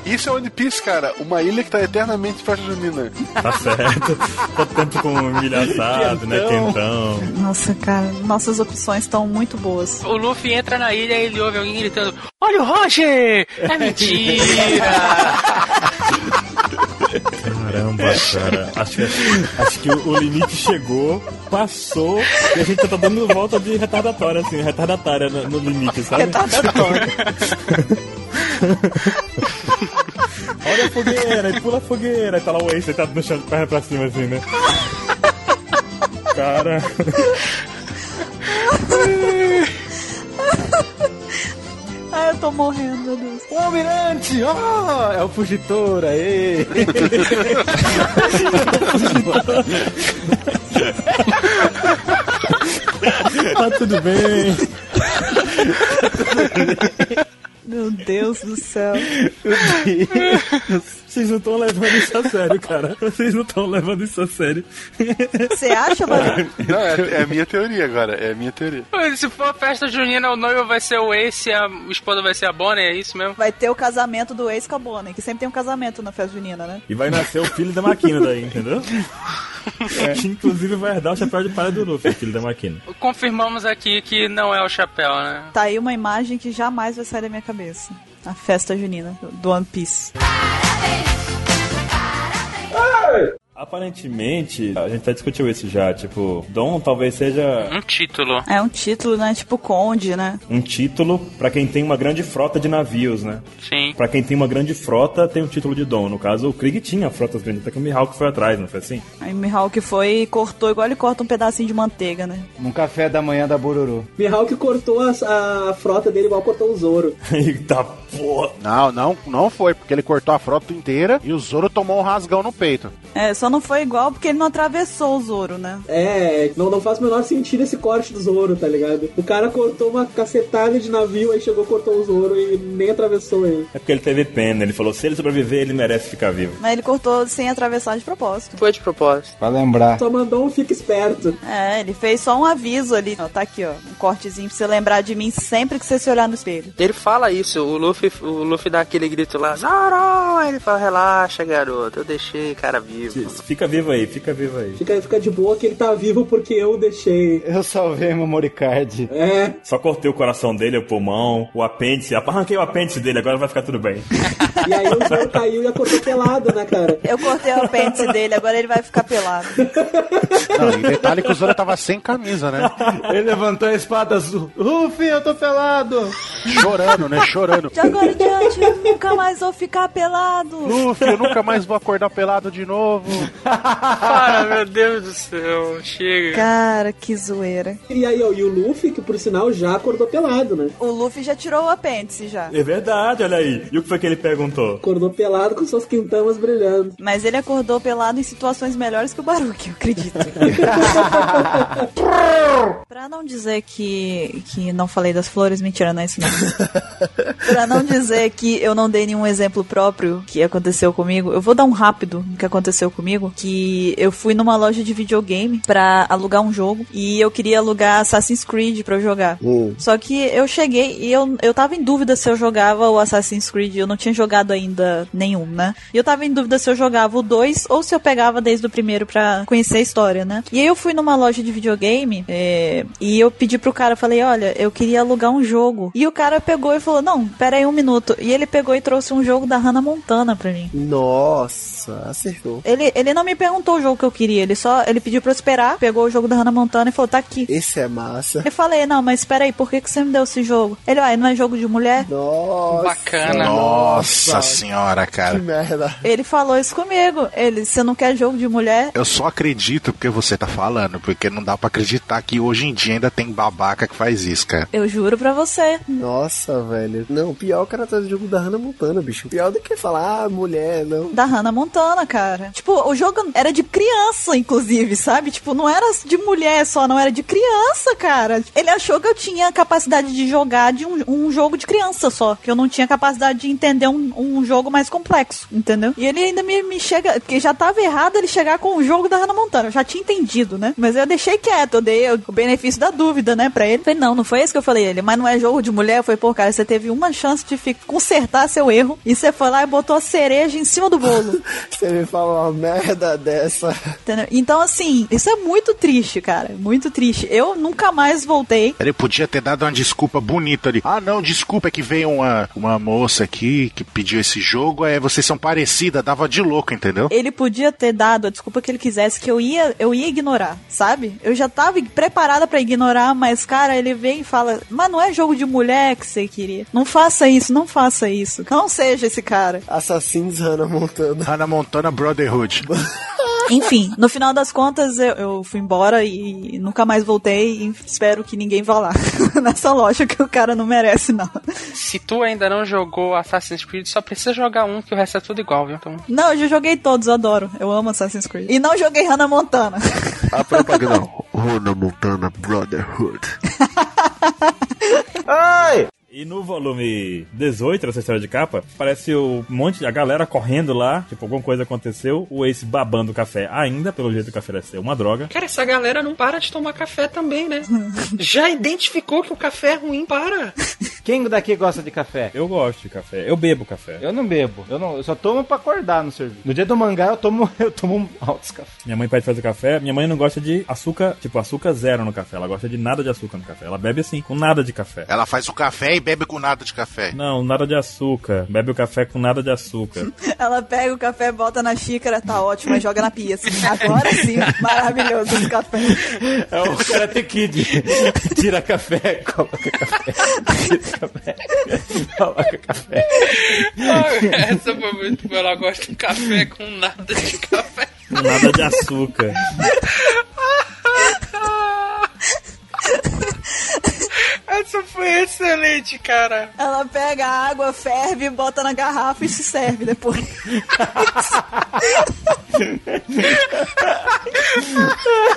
Isso é One Piece, cara. Uma ilha que tá eternamente em Festa Junina.
Tá certo. Tá tanto com milho assado, né? Quentão.
Nossa, cara, nossas opções estão muito boas.
O Luffy entra na ilha e ele ouve alguém gritando: Olha o Roger! É mentira!
Caramba, cara. Acho que, acho que o, o limite chegou, passou, e a gente tá dando volta de retardatória, assim, retardatária no, no limite, sabe?
Retardatória.
Olha a fogueira, e pula a fogueira, e tá lá o Ace, tá no chão de perna pra cima, assim, né? Cara.
Ai, Ah, eu tô morrendo, meu Deus.
O Um almirante, ó, é o fugitor, aí.
tá tudo bem.
Meu Deus do céu.
Vocês não estão levando isso a sério, cara. Vocês não estão levando isso a sério.
Você acha, mano?
Não, é, é a minha teoria agora. É a minha teoria.
Se for a festa junina, o noivo vai ser o Ace, a esposa vai ser a Bonnie, é isso mesmo?
Vai ter o casamento do ex com a Bonnie, que sempre tem um casamento na festa junina, né?
E vai nascer o filho da Maquina daí, entendeu?
É.
Que inclusive vai herdar o chapéu de palha do Luffy, o filho da Maquina.
Confirmamos aqui que não é o chapéu, né?
Tá aí uma imagem que jamais vai sair da minha cabeça. A festa junina do One Piece.
Aparentemente, a gente até discutiu isso já, tipo, Dom talvez seja
Hum?
Um título.
É um título, né? Tipo Conde, né?
um título pra quem tem uma grande frota de navios, né?
Sim.
Pra quem tem uma grande frota, tem o título de Dom. No caso, o Krieg tinha frotas grandes, até que o Mihawk foi atrás, não foi assim?
Aí Mihawk foi e cortou, igual ele corta um pedacinho de manteiga, né?
Num café da manhã da Bururu.
Mihawk cortou a, a frota dele igual cortou o Zoro.
Eita porra!
Não, não, não foi, porque ele cortou a frota inteira e o Zoro tomou um rasgão no peito.
É, só não foi igual porque ele não atravessou o Zoro, né?
É, não, não faz o menor sentido esse corte do Zoro, tá ligado? O cara cortou uma cacetada de navio, aí chegou, cortou o Zoro e nem atravessou ele.
É porque ele teve pena, ele falou, se ele sobreviver, ele merece ficar vivo.
Mas ele cortou sem atravessar de propósito.
Foi de propósito.
Pra lembrar.
Só mandou um fica esperto.
É, ele fez só um aviso ali. Ó, tá aqui, ó. Um cortezinho pra você lembrar de mim sempre que você se olhar no espelho.
Ele fala isso, o Luffy, o Luffy dá aquele grito lá, Zoro! Aí Ele fala, relaxa, garoto, eu deixei o cara vivo.
Fica vivo aí, fica vivo aí.
Fica, fica de boa que ele tá vivo porque eu deixei.
Eu salvei meu Moricard.
É.
Só cortei o coração dele, o pulmão, o apêndice. Arranquei o apêndice dele, agora vai ficar tudo bem.
E aí o Zoro caiu e acordou pelado, né, cara?
Eu cortei É o apêndice dele, agora ele vai ficar pelado.
Não, e detalhe que o Zoro tava sem camisa, né?
Ele levantou a espada azul. Rufi, eu tô pelado.
Chorando, né? Chorando.
De agora em diante, eu nunca mais vou ficar pelado.
Luffy, eu nunca mais vou acordar pelado de novo.
Para, meu Deus do céu. Chega.
Cara, que zoeira.
E aí, ó, e o Luffy, que por sinal já acordou pelado, né?
O Luffy já tirou o apêndice já.
É verdade, olha aí. E o que foi que ele perguntou?
Acordou pelado com suas quintamas brilhando.
Mas ele acordou pelado em situações melhores que o Baruque, eu acredito. pra não dizer que, que não falei das flores, mentira, não é isso mesmo. pra não dizer que eu não dei nenhum exemplo próprio que aconteceu comigo, eu vou dar um rápido que aconteceu comigo, que eu fui numa loja de videogame pra alugar um jogo e eu queria alugar Assassin's Creed pra eu jogar. Só que eu cheguei e eu, eu tava em dúvida se eu jogava o Assassin's Creed, eu não tinha jogado ainda nenhum, né? E eu tava em dúvida se eu jogava o 2 ou se eu pegava desde o primeiro pra conhecer a história, né? E aí eu fui numa loja de videogame é, e eu pedi pro cara, eu falei, olha, eu queria alugar um jogo. E o cara pegou e falou, não, pera aí um minuto. E ele pegou e trouxe um jogo da Hannah Montana pra mim.
Nossa, acertou.
Ele, ele não me perguntou o jogo que eu queria, ele só ele pediu pra eu esperar, pegou o jogo da Hannah Montana e falou, tá aqui.
Esse é massa.
Eu falei, não, mas espera aí, por que, que você me deu esse jogo? Ele, ah, não é jogo de mulher?
Nossa.
Bacana.
Nossa senhora, cara.
merda.
Ele falou isso comigo. Ele, você não quer jogo de mulher?
Eu só acredito porque você tá falando, porque não dá pra acreditar que hoje em dia ainda tem babaca que faz isso, cara.
Eu juro pra você.
Nossa, velho. Não, pior que era atrás do jogo da Hannah Montana, bicho. Pior do que falar, ah, mulher, não.
Da Hannah Montana, cara. Tipo, o jogo era de criança, inclusive, sabe? Tipo, não era de mulher só, não era de criança, cara. Ele achou que eu tinha capacidade de jogar de um, um jogo de criança só. Que eu não tinha capacidade de entender um, um jogo mais complexo, entendeu? E ele ainda me, me chega. Porque já tava errado ele chegar com o jogo da Hannah Montana. Eu já tinha entendido, né? Mas eu deixei quieto, eu dei o benefício da dúvida, né, pra ele. Falei, não, não foi isso que eu falei. Ele, mas não é jogo de mulher. Foi, pô, cara, você teve uma chance de fi- consertar seu erro. E você foi lá e botou a cereja em cima do bolo.
Você me fala uma merda dessa.
entendeu? Então, assim, isso é muito triste, cara. Muito triste. Eu nunca mais voltei.
Ele podia ter dado uma desculpa bonita ali. Ah, não, desculpa, é que veio uma, uma moça aqui que pediu esse jogo, é, vocês são parecidas, dava de louco, entendeu?
Ele podia ter dado a desculpa que ele quisesse, que eu ia, eu ia ignorar, sabe? Eu já tava preparada pra ignorar, mas, cara, ele vem e fala: Mas não é jogo de mulher que você queria. Não faça isso, não faça isso. Não seja esse cara.
Assassins Hannah Montana.
Hannah Montana Brotherhood.
Enfim, no final das contas, eu, eu fui embora e nunca mais voltei. E espero que ninguém vá lá nessa loja que o cara não merece, não.
Se tu ainda não jogou Assassin's Creed, só precisa jogar um, que o resto é tudo igual, viu? Então,
Não, eu já joguei todos, eu adoro. Eu amo Assassin's Creed. E não joguei Hannah Montana.
A propaganda Hannah Montana Brotherhood.
Ai! E no volume 18 dessa história de capa, parece o monte, a galera correndo lá, tipo, alguma coisa aconteceu, o Ace babando o café ainda, pelo jeito que o café deve ser uma droga.
Cara, essa galera não para de tomar café também, né? Já identificou que o café é ruim, para.
Quem daqui gosta de café?
Eu gosto de café. Eu bebo café.
Eu não bebo. Eu, não, eu só tomo pra acordar no serviço. No dia do mangá eu tomo, eu tomo altos cafés.
Minha mãe pede fazer café, minha mãe não gosta de açúcar, tipo, açúcar zero no café, ela gosta de nada de açúcar no café, ela bebe assim, com nada de café.
Ela faz o café e bebe com nada de café.
Não, nada de açúcar, bebe o café com nada de açúcar.
Ela pega o café, bota na xícara, tá ótimo, e joga na pia. Assim. Agora sim, maravilhoso esse café.
É o Karate Kid. Tira café, coloca café. Tira café, coloca café.
Ah, essa foi muito boa. Ela gosta de café com nada de café.
Com nada de açúcar.
Essa foi excelente, cara.
Ela pega a água, ferve, bota na garrafa e se serve depois.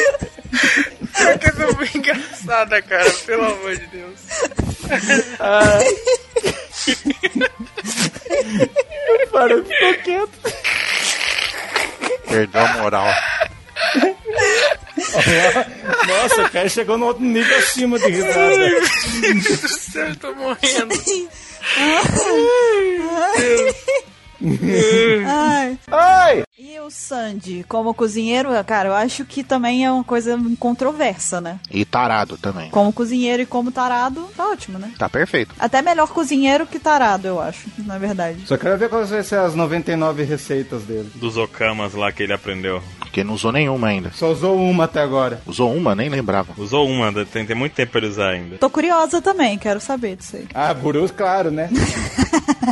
É que essa foi engraçada, cara. Pelo amor de Deus.
O barulho ficou quieto.
Perdão a moral.
Nossa, o cara chegou no outro nível acima de risada.
Meu Deus do céu, eu tô morrendo.
Ai.
Ai!
E o Sandy, como cozinheiro, cara, eu acho que também é uma coisa controversa, né?
E tarado também.
Como cozinheiro e como tarado, tá ótimo, né?
Tá perfeito.
Até melhor cozinheiro que tarado, eu acho, na verdade.
Só quero ver quais vão ser as 99 receitas dele.
Dos Okamas lá que ele aprendeu.
Porque não usou nenhuma ainda.
Só usou uma até agora.
Usou uma? Nem lembrava.
Usou uma, tem, tem muito tempo pra ele usar ainda.
Tô curiosa também, quero saber disso aí.
Ah, Burus, claro, né?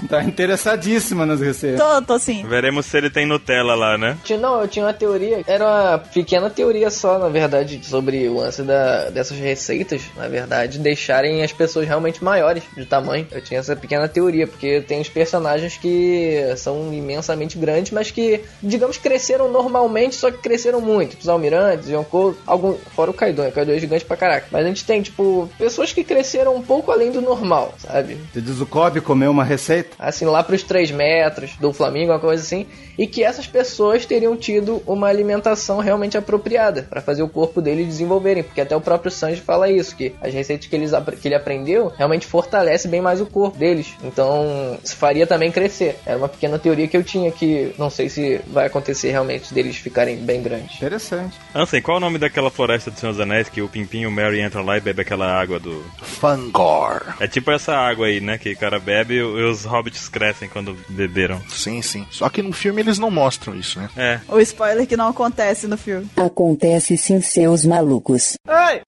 Tá interessadíssima nas receitas.
Tô, tô sim.
Veremos se ele tem Nutella lá, né?
Tinha- Não, eu tinha uma teoria, era uma pequena teoria só, na verdade, sobre o lance da, dessas receitas, na verdade, deixarem as pessoas realmente maiores de tamanho. Eu tinha essa pequena teoria, porque tem os personagens que são imensamente grandes, mas que, digamos, cresceram normalmente, só que cresceram muito. Tipo, Os Almirantes, John Cole, algum, fora o Kaido, né? O Kaido é gigante pra caraca. Mas a gente tem, tipo, pessoas que cresceram um pouco além do normal, sabe?
Você diz o Kobe comeu uma receita?
assim, lá pros 3 metros do Flamengo, uma coisa assim, e que essas pessoas teriam tido uma alimentação realmente apropriada para fazer o corpo deles desenvolverem, porque até o próprio Sanji fala isso, que as receitas que, eles, apre- que ele aprendeu realmente fortalece bem mais o corpo deles, então isso faria também crescer. Era uma pequena teoria que eu tinha que não sei se vai acontecer realmente deles ficarem bem grandes.
Interessante.
Ansem, qual é o nome daquela floresta do Senhor dos Anéis que o Pimpinho e o Mary entram lá e bebe aquela água do.
Fangor.
É tipo essa água aí, né? Que o cara bebe e os hobbits crescem quando beberam.
Sim, sim. Só que no filme eles não mostram isso, né?
É.
O spoiler que não acontece no filme.
Acontece sim, seus malucos.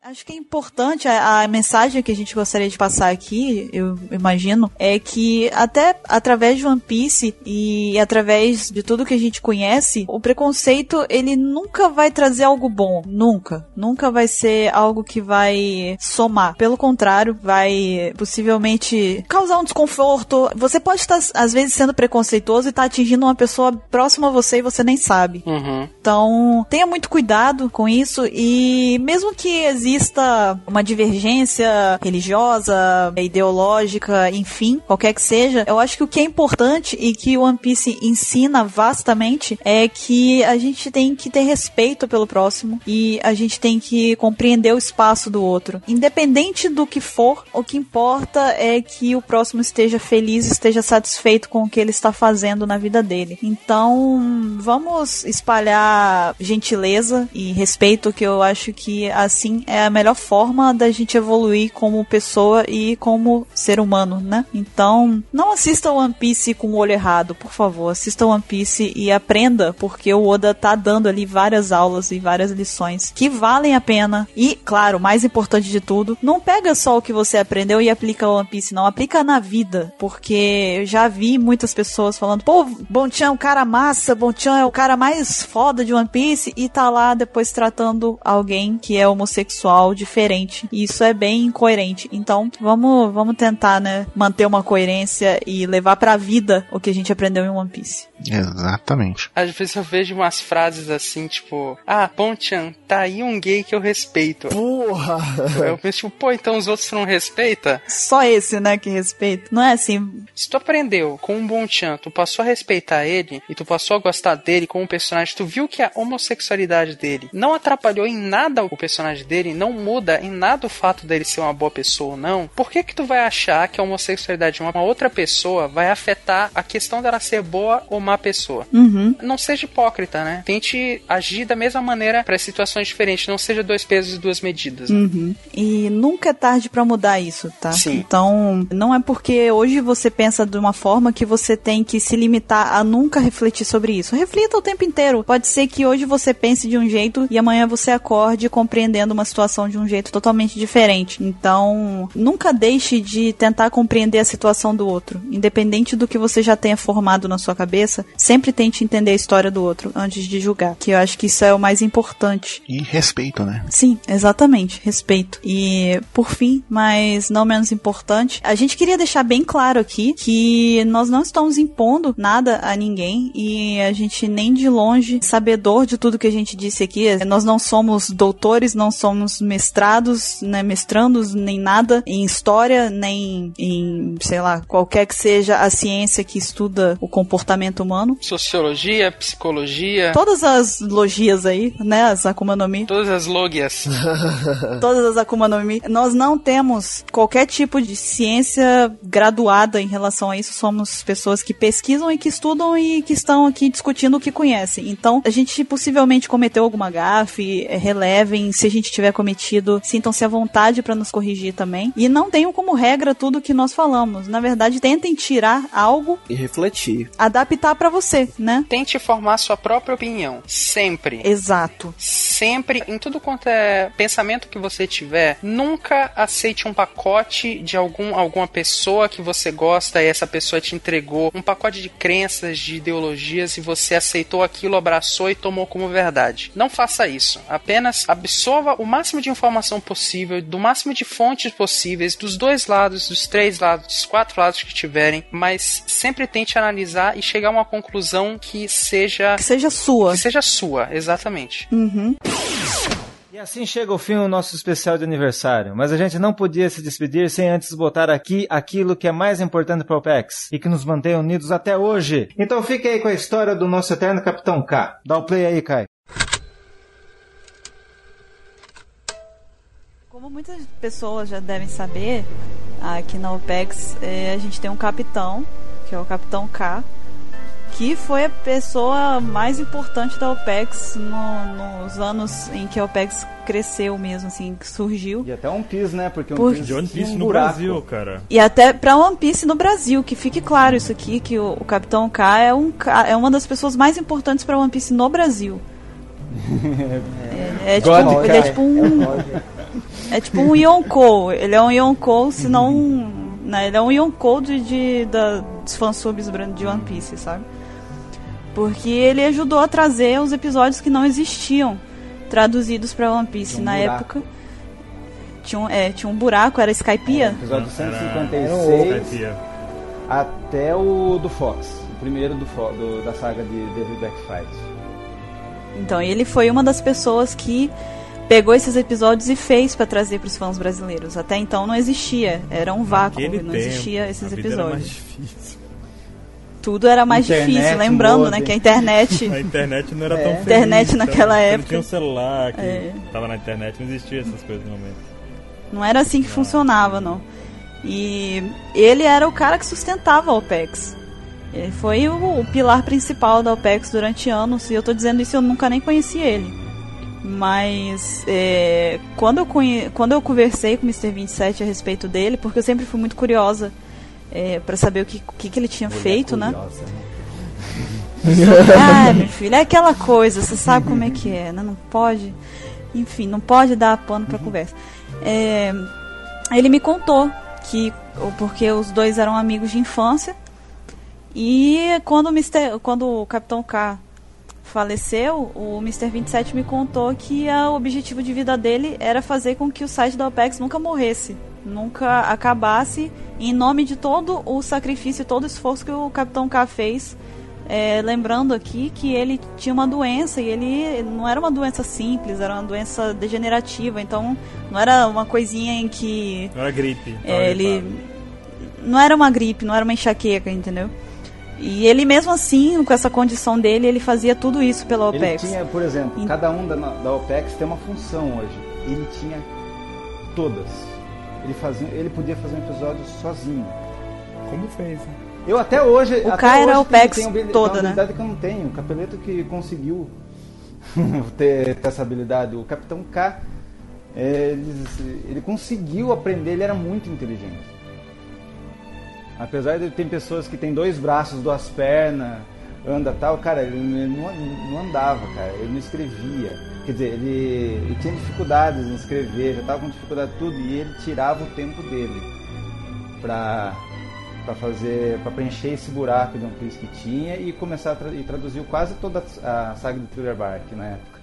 Acho que é importante a, a mensagem que a gente gostaria de passar aqui, eu imagino, é que até através de One Piece e através de tudo que a gente conhece, o preconceito ele nunca vai trazer algo bom, nunca, nunca vai ser algo que vai somar. Pelo contrário, vai possivelmente causar um desconforto. Você pode estar às vezes sendo preconceituoso e estar atingindo uma pessoa próxima a você e você nem sabe. Então, tenha muito cuidado com isso e mesmo que exista uma divergência religiosa, ideológica, enfim, qualquer que seja, eu acho que o que é importante e que o One Piece ensina vastamente é que a gente tem que ter respeito pelo próximo e a gente tem que compreender o espaço do outro. Independente do que for, o que importa é que o próximo esteja feliz, esteja satisfeito com o que ele está fazendo na vida dele. Então, vamos espalhar gentileza e respeito, que eu acho que assim é a melhor forma da gente evoluir como pessoa e como ser humano, né? Então, não assista One Piece com o olho errado, por favor. Assista One Piece e aprenda, porque o Oda tá dando ali várias aulas e várias lições que valem a pena. E, claro, mais importante de tudo, não pega só o que você aprendeu e aplica One Piece, não. Aplica na vida, porque eu já vi muitas pessoas falando, pô, Bonchan é um cara massa, Bonchan é o cara mais foda de One Piece e tá lá depois tratando alguém que é homossexual diferente. E isso é bem incoerente. Então, vamos, vamos tentar, né, manter uma coerência e levar pra vida o que a gente aprendeu em One Piece.
Exatamente.
Às vezes eu vejo umas frases assim, tipo, ah, Ponchan, tá aí um gay que eu respeito.
Porra!
Eu penso, tipo, pô, então os outros não respeita?
Só esse, né, que respeita. Não é assim.
Se tu aprendeu com um Bonchan, tu passou a respeitar ele e tu passou a gostar dele como personagem, tu viu que a homossexualidade dele não atrapalhou em nada o personagem dele, não muda em nada o fato dele ser uma boa pessoa ou não, por que que tu vai achar que a homossexualidade de uma outra pessoa vai afetar a questão dela ser boa ou má pessoa?
Uhum.
Não seja hipócrita, né? Tente agir da mesma maneira para situações diferentes, não seja dois pesos e duas
né?
medidas.
Uhum. E nunca é tarde pra mudar isso, tá?
Sim.
Então, não é porque hoje você pensa de uma forma que você tem que se limitar a nunca refletir sobre isso. Reflita o tempo inteiro. Pode ser que hoje você pense de um jeito e amanhã você acorde compreendendo uma situação de um jeito totalmente diferente. Então, nunca deixe de tentar compreender a situação do outro. Independente do que você já tenha formado na sua cabeça, sempre tente entender a história do outro antes de julgar. Que eu acho que isso é o mais importante.
E respeito, né?
Sim, exatamente, respeito. E por fim, mas não menos importante, a gente queria deixar bem claro aqui que nós não estamos impondo nada a ninguém e a gente nem de longe sabedor de tudo que a gente disse aqui. Nós não somos doutores, não somos mestrados, né, mestrandos nem nada em história, nem em, sei lá, qualquer que seja a ciência que estuda o comportamento humano.
Sociologia,
É.
psicologia,
Todas as logias aí, né, as Akuma no Mi.
todas as logias. Né?
todas as Akuma no Mi. Nós não temos qualquer tipo de ciência graduada em relação a isso. Somos pessoas que pesquisam e que estudam e que estão aqui discutindo o que conhecem. Então, a gente possivelmente cometeu alguma gafe, eh, relevem. Se a gente tiver cometido, sintam-se à vontade para nos corrigir também. E não tenham como regra tudo que nós falamos. Na verdade, tentem tirar algo,
E refletir.
adaptar para você, né?
Tente formar sua própria opinião, sempre.
Exato.
sempre, em tudo quanto é pensamento que você tiver, nunca aceite um pacote de algum, alguma pessoa que você gosta e essa pessoa te entregou um pacote de crenças, de ideologias e você aceitou aquilo, abraçou e tomou como verdade. Não faça isso. Apenas absorva o máximo de informação possível, do máximo de fontes possíveis, dos dois lados, dos três lados, dos quatro lados que tiverem, mas sempre tente analisar e chegar a uma conclusão que seja. Que
seja sua.
Que seja sua, exatamente.
Uhum.
E assim chega ao fim o nosso especial de aniversário, mas a gente não podia se despedir sem antes botar aqui aquilo que é mais importante para o PEX e que nos mantém unidos até hoje. Então fique aí com a história do nosso eterno Capitão K. Dá o play aí, Kai.
Como muitas pessoas já devem saber, aqui na OPEX eh, a gente tem um capitão, que é o Capitão K, que foi a pessoa mais importante da OPEX no- nos anos em que a OPEX cresceu mesmo, assim, que surgiu.
E até um Piece, né? Porque um
Por-
Piece
De One Piece
um
no
buraco.
Brasil, cara.
E até pra One Piece no Brasil, que fique claro isso aqui, que o, o Capitão K é, um, ca- é uma das pessoas mais importantes pra One Piece no Brasil. É, é tipo,
God,
ele é
Kai.
tipo um. É tipo um Yonkou. Ele é um Yonkou, se não. um- Né, ele é um Yonkou de, de, da, dos fansubs bran- de One Piece, sabe? Porque ele ajudou a trazer os episódios que não existiam traduzidos pra One Piece
Tinha um
na
buraco.
época. Tinha um, é, tinha um buraco, era Skypiea.
É,
Episódio 156
Era
até o do Fox. O primeiro do, Fo- do- da saga de Devil Black Fight.
Então, ele foi uma das pessoas que pegou esses episódios e fez pra trazer pros fãs brasileiros. Até então não existia, era um vácuo,
Aquele
não
tempo,
existia esses
a vida era mais
episódios.
difícil.
Tudo era mais
Internet,
difícil, lembrando, né,
modem.
que a internet
A internet não era
É.
tão feliz.
Internet
então,
naquela
você
época.
Não tinha um celular que
É.
tava na internet, não existia essas coisas no momento.
não era assim que
Ah.
funcionava, não. E ele era o cara que sustentava a OPEX. Ele foi o, o pilar principal da OPEX durante anos, e eu tô dizendo isso, eu nunca nem conheci ele. Mas é, quando, eu conhe- quando eu conversei com o Mr. 27 a respeito dele, porque eu sempre fui muito curiosa é, para saber o que, o que, que ele tinha feito, né? Ah, meu filho, é aquela coisa, você sabe como é que é, né? Não pode. Enfim, não pode dar pano pra conversa. É, ele me contou que. Porque os dois eram amigos de infância. E quando o, Mr., quando o Capitão K faleceu, o Mr. 27 me contou que a- o objetivo de vida dele era fazer com que o site da OPEX nunca morresse, nunca acabasse, em nome de todo o sacrifício, todo o esforço que o Capitão K fez. É, lembrando aqui que ele tinha uma doença e ele não era uma doença simples, era uma doença degenerativa, então não era uma coisinha em que
Não era gripe.
é, ele não era uma gripe, não era uma enxaqueca, entendeu? E ele mesmo assim, com essa condição dele, ele fazia tudo isso pela
Ele
OPEX.
tinha, por exemplo, cada um da, da OPEX tem uma função hoje. Ele tinha todas. Ele, fazia, ele podia fazer um episódio sozinho.
Como fez, né?
Eu até hoje.
O
até
cara era
hoje
OPEX
tenho habili-
toda,
uma
né?
habilidade que eu não tenho. O Capeleto que conseguiu ter, ter essa habilidade. O Capitão K, é, ele, ele conseguiu aprender, ele era muito inteligente. Apesar de ter pessoas que têm dois braços, duas pernas, anda tal, cara, ele não, não andava, cara, ele não escrevia. Quer dizer, ele, ele tinha dificuldades em escrever, já estava com dificuldade em tudo, e ele tirava o tempo dele pra, pra fazer para preencher esse buraco de One Piece que tinha e começar a tra e traduziu quase toda a saga do Thriller Bark na época.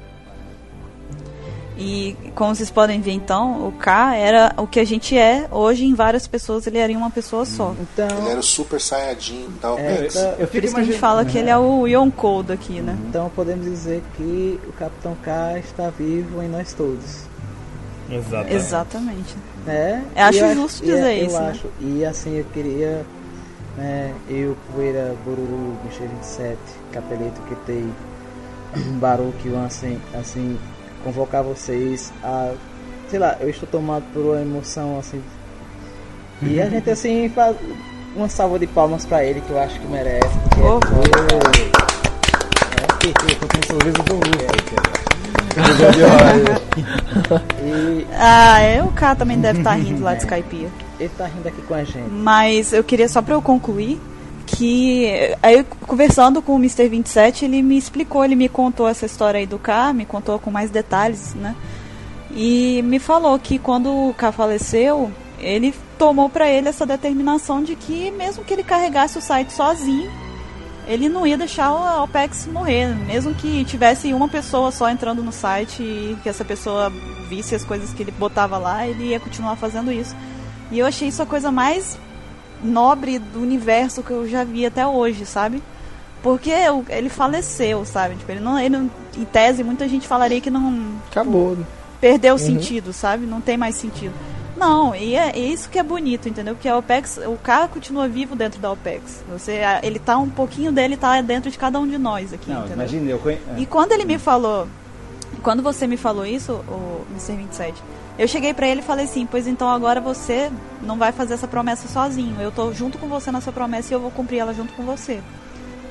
E como vocês podem ver então, o K era o que a gente é hoje em várias pessoas, ele era em uma pessoa só. Então,
Ele era o super saiyajin da
é,
OPEX.
por isso que a gente fala que ele é o Yonkou daqui, né?
Então podemos dizer que o Capitão K está vivo em nós todos.
Exatamente.
Exatamente.
É,
Eu acho
e
justo
e é-
dizer isso,
Eu
né?
acho. E assim, eu queria. Né, eu, Poeira, Bururu, Bicho 27, Capeleto, que tem um Baruque, assim, assim, convocar vocês a. Sei lá, eu estou tomado por uma emoção assim. E a gente, assim, faz uma salva de palmas pra ele, que eu acho que merece. Porque é coisa- é, eu tô com um sorriso do Luffy. E
Ah, é, o K
É.
também deve estar rindo lá de Skypiea.
ele tá rindo aqui com a gente.
Mas eu queria só para eu concluir que aí conversando com o Mr. 27, ele me explicou, ele me contou essa história aí do K, me contou com mais detalhes, né? E me falou que quando o K faleceu, ele tomou pra ele essa determinação de que mesmo que ele carregasse o site sozinho, ele não ia deixar a OPEX morrer, mesmo que tivesse uma pessoa só entrando no site e que essa pessoa visse as coisas que ele botava lá, ele ia continuar fazendo isso. E eu achei isso a coisa mais nobre do universo que eu já vi até hoje, sabe? Porque eu- ele faleceu, sabe? Tipo, ele não, ele não- em tese, muita gente falaria que não.
Acabou,
tipo,
né?
Perdeu o
Uhum.
sentido, sabe? Não tem mais sentido. Não, e é, é isso que é bonito, entendeu? Que a OPEX, o cara continua vivo dentro da OPEX. Você, a- ele tá um pouquinho dele, tá dentro de cada um de nós aqui,
Não,
entendeu?
imagina, eu é. conheço.
E quando ele me falou, quando você me falou isso, o Mr. 27, eu cheguei pra ele e falei assim: "Pois então agora você não vai fazer essa promessa sozinho. Eu tô junto com você nessa promessa e eu vou cumprir ela junto com você."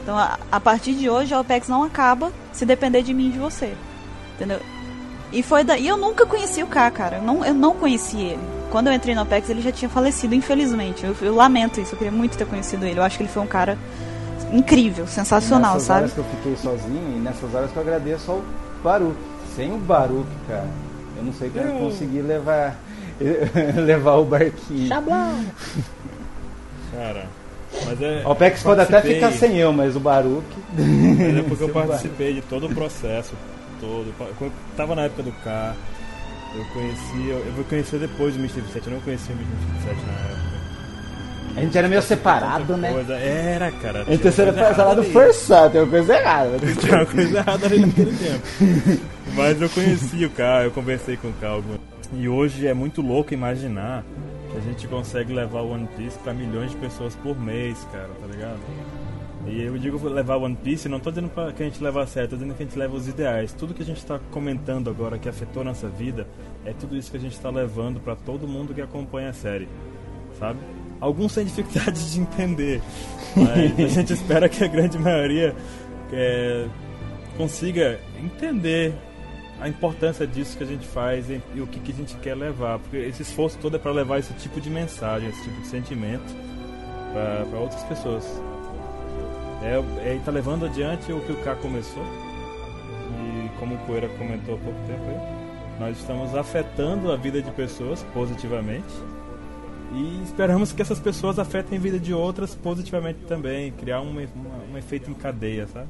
Então, a, a partir de hoje, a OPEX não acaba se depender de mim e de você. Entendeu? E foi daí. Eu nunca conheci o K, cara. Eu não, eu não conheci ele. Quando eu entrei na OPEX, ele já tinha falecido, infelizmente. Eu, eu lamento isso. Eu queria muito ter conhecido ele. Eu acho que ele foi um cara incrível, sensacional,
nessas
sabe?
horas que eu fiquei sozinho e nessas horas que eu agradeço ao Baruque. Sem o Baruque, cara, eu não sei como eu
Hum.
consegui levar, levar o barquinho.
Cara. Mas é.
O Pex
eu
pode até
participei-
ficar sem eu, mas o Baruque.
Mas é porque eu participei de todo o processo. Todo. Quando eu tava na época do K, eu conheci. Eu, eu vou conhecer depois do Mr. 27, eu não conhecia o Mr. 27 na época.
A gente era meio separado,
Tanta
né?
coisa. é. Era, cara.
A gente era separado
parado
forçado, tem uma coisa errada. né?
Tinha uma coisa errada ali naquele tempo. Mas eu conheci o K, eu conversei com o K. algumas- E hoje é muito louco imaginar que a gente consegue levar o One Piece pra milhões de pessoas por mês, cara, tá ligado? E eu digo levar One Piece, não tô dizendo pra que a gente leva a sério, tô dizendo que a gente leva os ideais. Tudo que a gente tá comentando agora que afetou nossa vida é tudo isso que a gente tá levando pra todo mundo que acompanha a série, sabe? Alguns têm dificuldade de entender, mas a gente espera que a grande maioria é, consiga entender a importância disso que a gente faz e, e o que, que a gente quer levar. Porque esse esforço todo é para levar esse tipo de mensagem, esse tipo de sentimento para outras pessoas. É, é tá levando adiante o que o K começou. E como o Poeira comentou há pouco tempo aí, nós estamos afetando a vida de pessoas positivamente. E esperamos que essas pessoas afetem a vida de outras positivamente também, criar um, uma- um efeito em cadeia, sabe?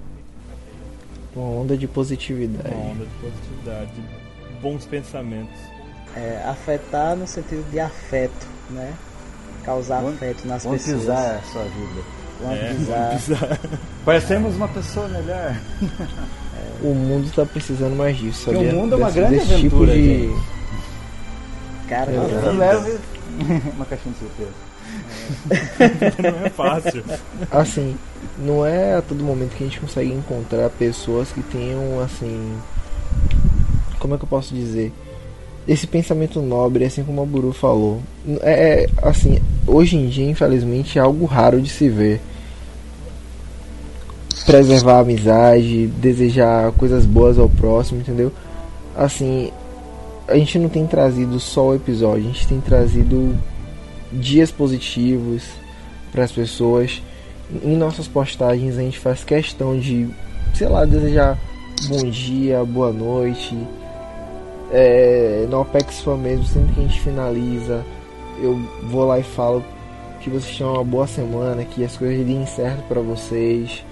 Uma onda de
É.
positividade.
Uma onda de positividade, de bons pensamentos.
É, afetar no sentido de afeto, né? Causar afeto nas pessoas.
Quantizar a sua vida.
É,
Quantizar.
Parecemos uma pessoa melhor.
O mundo tá precisando mais disso,
é. Porque
sabia?
o mundo é uma
Desse-
grande
desse
aventura,
Tipo de...
gente.
Cara,
É,
Não
vida.
leve uma caixinha de surpresa.
Não é fácil.
Assim, não é a todo momento que a gente consegue encontrar pessoas que tenham, assim. Como é que eu posso dizer? Esse pensamento nobre, assim como a Buru falou. É, é, assim, hoje em dia, infelizmente, é algo raro de se ver. Preservar a amizade, desejar coisas boas ao próximo, entendeu? Assim, a gente não tem trazido só o episódio, a gente tem trazido dias positivos para as pessoas. Em nossas postagens a gente faz questão de, sei lá, desejar bom dia, boa noite. É, no Apex Fan mesmo, sempre que a gente finaliza, eu vou lá e falo que vocês tenham uma boa semana, que as coisas deem certo para vocês.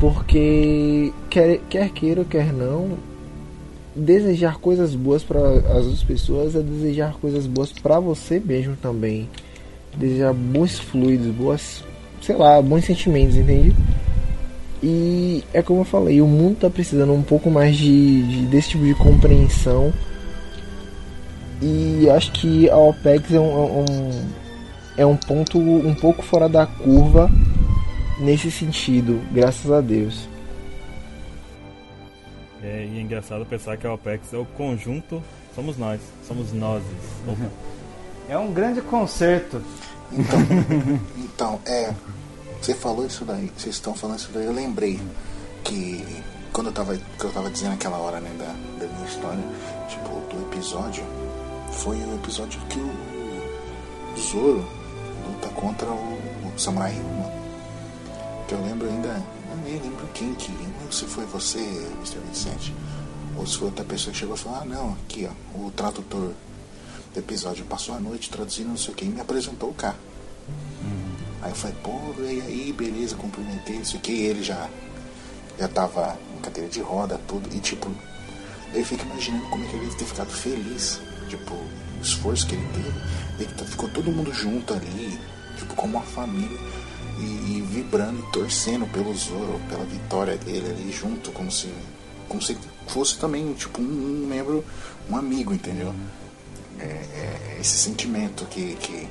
Porque quer, quer queira, quer não, desejar coisas boas para as outras pessoas é desejar coisas boas para você mesmo também. Desejar bons fluidos, boas, sei lá, bons sentimentos, entende? E é como eu falei, o mundo tá precisando um pouco mais de, de- desse tipo de compreensão. E acho que a OPEX é um, é um, é um ponto um pouco fora da curva nesse sentido, graças a Deus.
É, e é engraçado pensar que a OPEX é o conjunto, somos nós, somos nós.
É um grande concerto.
Então, é. Você falou isso daí, vocês estão falando isso daí, eu lembrei que quando eu tava, que eu tava dizendo aquela hora, né, da, da minha história, tipo, do episódio, foi o episódio que o Zoro luta contra o, o Samurai Ryuma. Eu lembro ainda, eu nem lembro quem que, nem lembro se foi você, Mr. 27, ou se foi outra pessoa que chegou e falou, ah não, aqui ó, o tradutor do episódio passou a noite traduzindo não sei o que e me apresentou o K. Aí eu falei, pô, e aí, beleza, cumprimentei, não sei o que, e ele já, já tava em cadeira de roda, tudo, e tipo, eu fico imaginando como é que ele deve ter ficado feliz, tipo, o esforço que ele teve, ele tá- ficou todo mundo junto ali, tipo, como uma família, e, e vibrando e torcendo pelo Zoro, pela vitória dele ali junto, como se, como se fosse também, tipo, um, um membro, um amigo, entendeu? É, é esse sentimento que, que,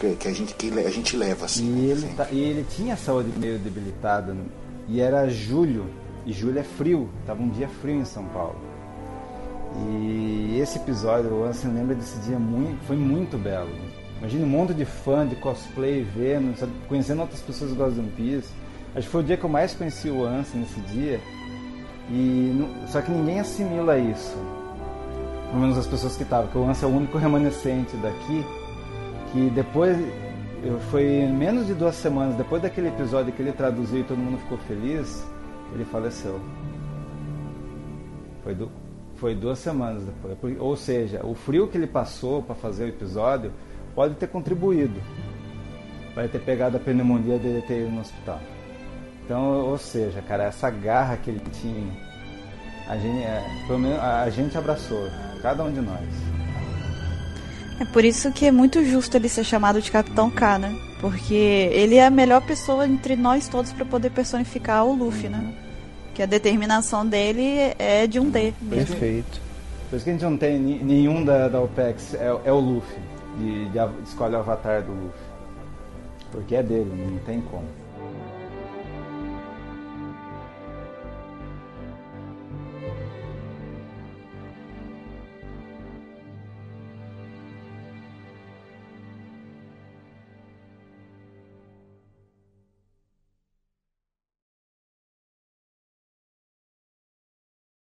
que, que a, gente, que le- a gente leva, assim.
E ele, tá- e ele tinha a saúde meio debilitada. né? E era julho. E julho é frio. Tava um dia frio em São Paulo. E esse episódio, o Ansem lembra desse dia muito. Foi muito belo. Imagina um monte de fã, de cosplay, vendo, sabe, conhecendo outras pessoas que gostam de One Piece. Acho que foi o dia que eu mais conheci o Ansem nesse dia. E nu- só que ninguém assimila isso. Pelo menos as pessoas que estavam, porque o Ansem é o único remanescente daqui que depois eu- foi menos de duas semanas depois daquele episódio que ele traduziu e todo mundo ficou feliz, ele faleceu. Foi, du- foi duas semanas depois. Por- Ou seja, o frio que ele passou para fazer o episódio pode ter contribuído para ter pegado a pneumonia dele e ter ido no hospital. Então, ou seja, cara, essa garra que ele tinha, a gente, é, pelo menos a a gente abraçou, cada um de nós.
É por isso que é muito justo ele ser chamado de Capitão K, né? Porque ele é a melhor pessoa entre nós todos pra poder personificar o Luffy, né? Que a determinação dele é de um D. mesmo.
Por isso que a gente não tem ni- nenhum da, da OPEX, é, o- é o Luffy. De, de av- escolhe o avatar do Luffy. Porque é dele, não tem como.